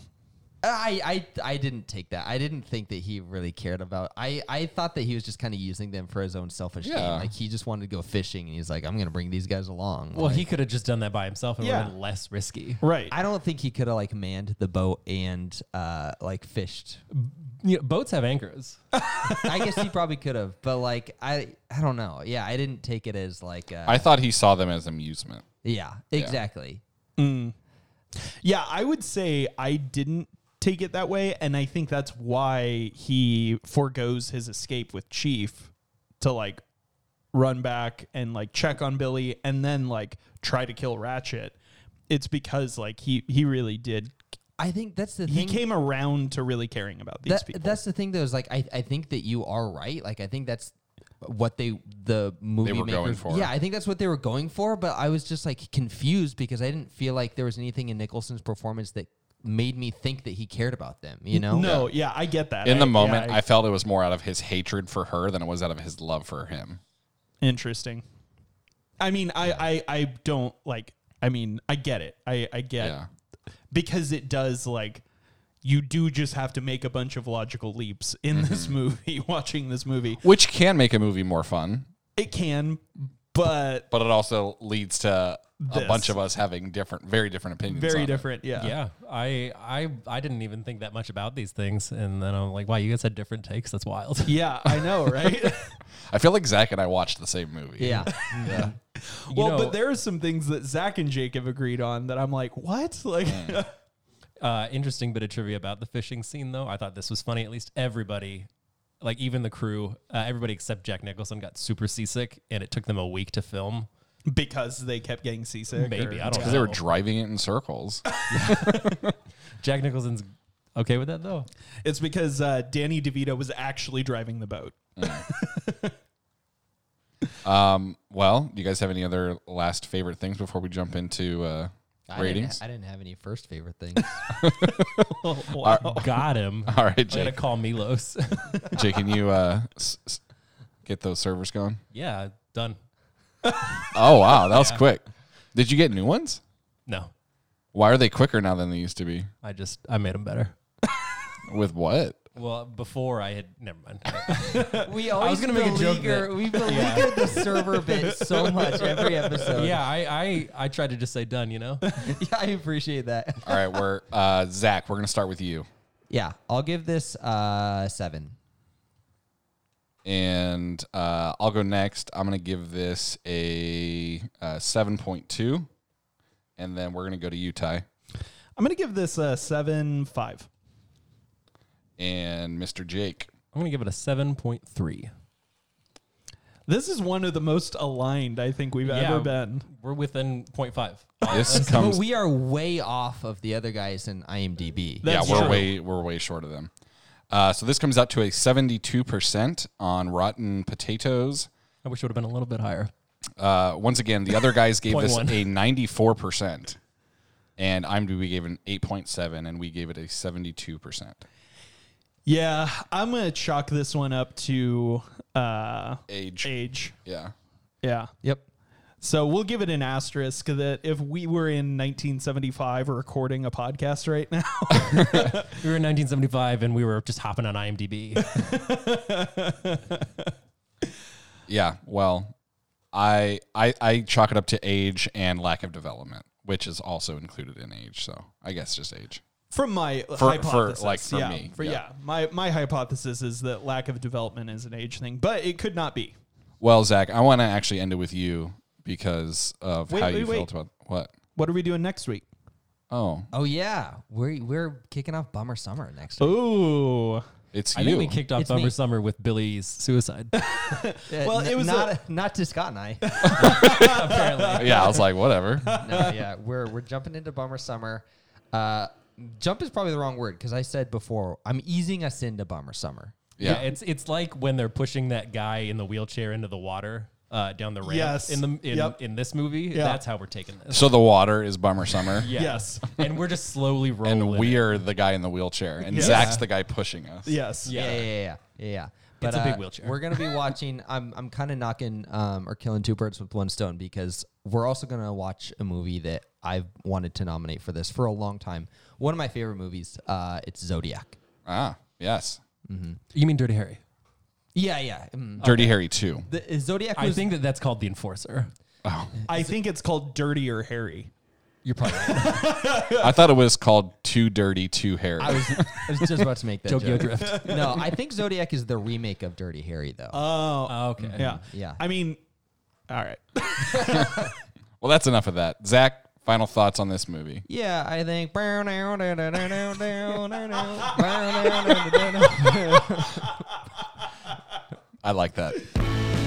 G: I, I I didn't take that. I didn't think that he really cared about. I I thought that he was just kind of using them for his own selfish game.
F: Yeah.
G: Like he just wanted to go fishing, and he's like, I'm gonna bring these guys along.
D: Well,
G: Like,
D: he could have just done that by himself and would
E: Yeah.
D: have been less risky.
E: Right.
G: I don't think he could have like manned the boat and uh like fished.
D: You know, boats have anchors.
G: I guess he probably could have, but like I I don't know. Yeah, I didn't take it as like uh,
F: I thought he saw them as amusement.
G: yeah exactly.
E: Yeah, I would say I didn't take it that way, and I think that's why he foregoes his escape with Chief to like run back and like check on Billy and then like try to kill Ratchet. It's because like he he really did
G: I think that's the
E: he
G: thing.
E: came around to really caring about these
G: that,
E: people.
G: that's the thing though is like I, I think that you are right like i think that's what they the movie
F: were going
G: makers-
F: for.
G: yeah i think that's what they were going for but i was just like confused because i didn't feel like there was anything in nicholson's performance that made me think that he cared about them you know
E: no, yeah, I get that.
F: In the
E: I-
F: moment,
E: yeah,
F: I felt it was more out of his hatred for her than it was out of his love for him.
E: Interesting. I mean, I, I, I don't like. I mean, I get it. I, I get
F: Yeah.
E: because it does like you do just have to make a bunch of logical leaps in
D: Mm-hmm.
E: this movie. Watching this movie,
F: Which can make a movie more fun,
E: it can, but
F: but it also leads to a
E: This.
F: bunch of us having different, very different opinions. on
E: very
F: it.
E: different. Yeah.
D: yeah, I, I, I didn't even think that much about these things, and then I'm like, wow, you guys had different takes. That's wild.
E: Yeah, I know, right?
F: I feel like Zach and I watched the same movie.
G: yeah
E: well,
D: know-
E: but there are some things that Zach and Jake have agreed on that I'm like, what? Like,
D: Mm. Uh, interesting bit of trivia about the fishing scene, though. I thought this was funny. At least everybody, like even the crew, uh, everybody except Jack Nicholson got super seasick, and it took them a week to film.
E: because they kept getting seasick.
D: Maybe
E: or-
D: I don't know.
F: Because they were driving it in circles.
D: Jack Nicholson's okay with that though.
E: It's because uh, Danny DeVito was actually driving the boat.
F: um, well, do you guys have any other last favorite things before we jump into uh,
G: I
F: ratings?
G: didn't, I didn't have any first favorite things
D: Oh, Got him.
F: All right,
D: I'm gonna
F: Jake.
D: call Milos.
F: Jake, can you uh, s- s- get those servers going?
D: yeah, done.
F: Oh wow, that was quick. Did you get new ones?
D: No,
F: Why are they quicker now than they used to be?
D: I just I made him better.
F: With what?
D: Well, before I had never mind. always
G: we always
D: gonna make a joke
G: beleaguer-
D: that-
G: we beleaguered the server bit so much every episode
D: yeah, I, I I tried to just say done. You know,
G: yeah i appreciate that
F: All right, we're uh, Zach. We're gonna start with you.
G: yeah i'll give this uh seven
F: and uh, I'll go next. I'm gonna give this a, uh seven point two, and then we're gonna go to you, Ty,
E: I'm gonna give this a seven five.
F: and Mr. Jake.
D: I'm gonna give it a seven point three.
E: This is one of the most aligned I think we've
D: Yeah.
E: ever been.
D: We're within 0.5.
E: Oh,
F: This
G: but
F: comes,
G: we are way off of the other guys in imdb
F: yeah,
E: That's
F: we're
E: true.
F: way we're way short of them. Uh, so this comes out to a seventy two percent on Rotten Potatoes.
D: I wish it would have been a little bit higher.
F: Uh, once again, the other guys gave
D: Point
F: this
D: one.
F: a ninety four percent, and IMDb gave an eight point seven, and we gave it a seventy two percent.
E: Yeah, I'm gonna chalk this one up to uh,
F: Age,
E: age.
F: yeah.
E: Yeah.
G: yep
E: So we'll give it an asterisk that if we were in 1975 recording a podcast right now,
D: We were in 1975 and we were just hopping on IMDb.
F: Yeah, well, I I I chalk it up to age and lack of development, which is also included in age. So I guess just age.
E: From my
F: for,
E: hypothesis,
F: like, for
E: yeah,
F: me,
E: for,
F: yeah.
E: yeah. my my hypothesis is that lack of development is an age thing, but it could not be.
F: Well, Zach, I want to actually end it with you because of
E: Wait,
F: how
E: wait,
F: you
E: wait.
F: felt about what.
E: What are we doing next week?
F: Oh,
G: Oh yeah, we're we're kicking off Bummer Summer next. week.
E: Ooh,
F: it's
D: I
F: you.
D: think we kicked off
G: It's me.
D: Bummer Summer with Billy's suicide.
G: Uh,
E: well, it was
G: not
E: a-
G: not to Scott and I.
D: apparently,
F: yeah, I was like, whatever.
G: no, yeah, we're we're jumping into Bummer Summer. Uh, jump is probably the wrong word because I said before I'm easing us into Bummer Summer.
D: yeah.
F: Yeah.
D: It's it's like when they're pushing that guy in the wheelchair into the water uh, down the ramp.
E: Yes.
D: In the in,
E: Yep.
D: in this movie, that's how we're taking this.
F: so the water is bummer summer.
D: Yeah.
E: Yes.
D: and we're just slowly rolling.
F: And
D: it.
F: we're the guy in the wheelchair, and
E: Yeah.
F: Zach's the guy pushing us.
E: yes,
D: Yeah.
G: yeah, yeah, yeah, yeah. yeah.
D: It's a big wheelchair.
G: We're gonna be watching. I'm I'm kind of knocking um, or killing two birds with one stone because we're also gonna watch a movie that I've wanted to nominate for this for a long time. One of my favorite movies. Uh, it's Zodiac.
F: Ah, yes.
D: You mean Dirty Harry?
G: Yeah, yeah. mm.
F: Dirty Harry too.
G: The, Zodiac
D: I
G: was
D: think that that's called the Enforcer.
E: I think it's called Dirty or Harry.
D: You're probably right.
F: I thought it was called Too Dirty, Too Harry.
G: I was, I was just about to make that
D: Tokyo
G: joke.
D: Drift.
G: No, I think Zodiac is the remake of Dirty Harry, though.
D: Oh, okay.
E: Yeah,
G: yeah.
E: I mean, all right.
F: well, that's enough of that. Zach, final thoughts on this movie.
G: yeah, I think. That's
F: I like that.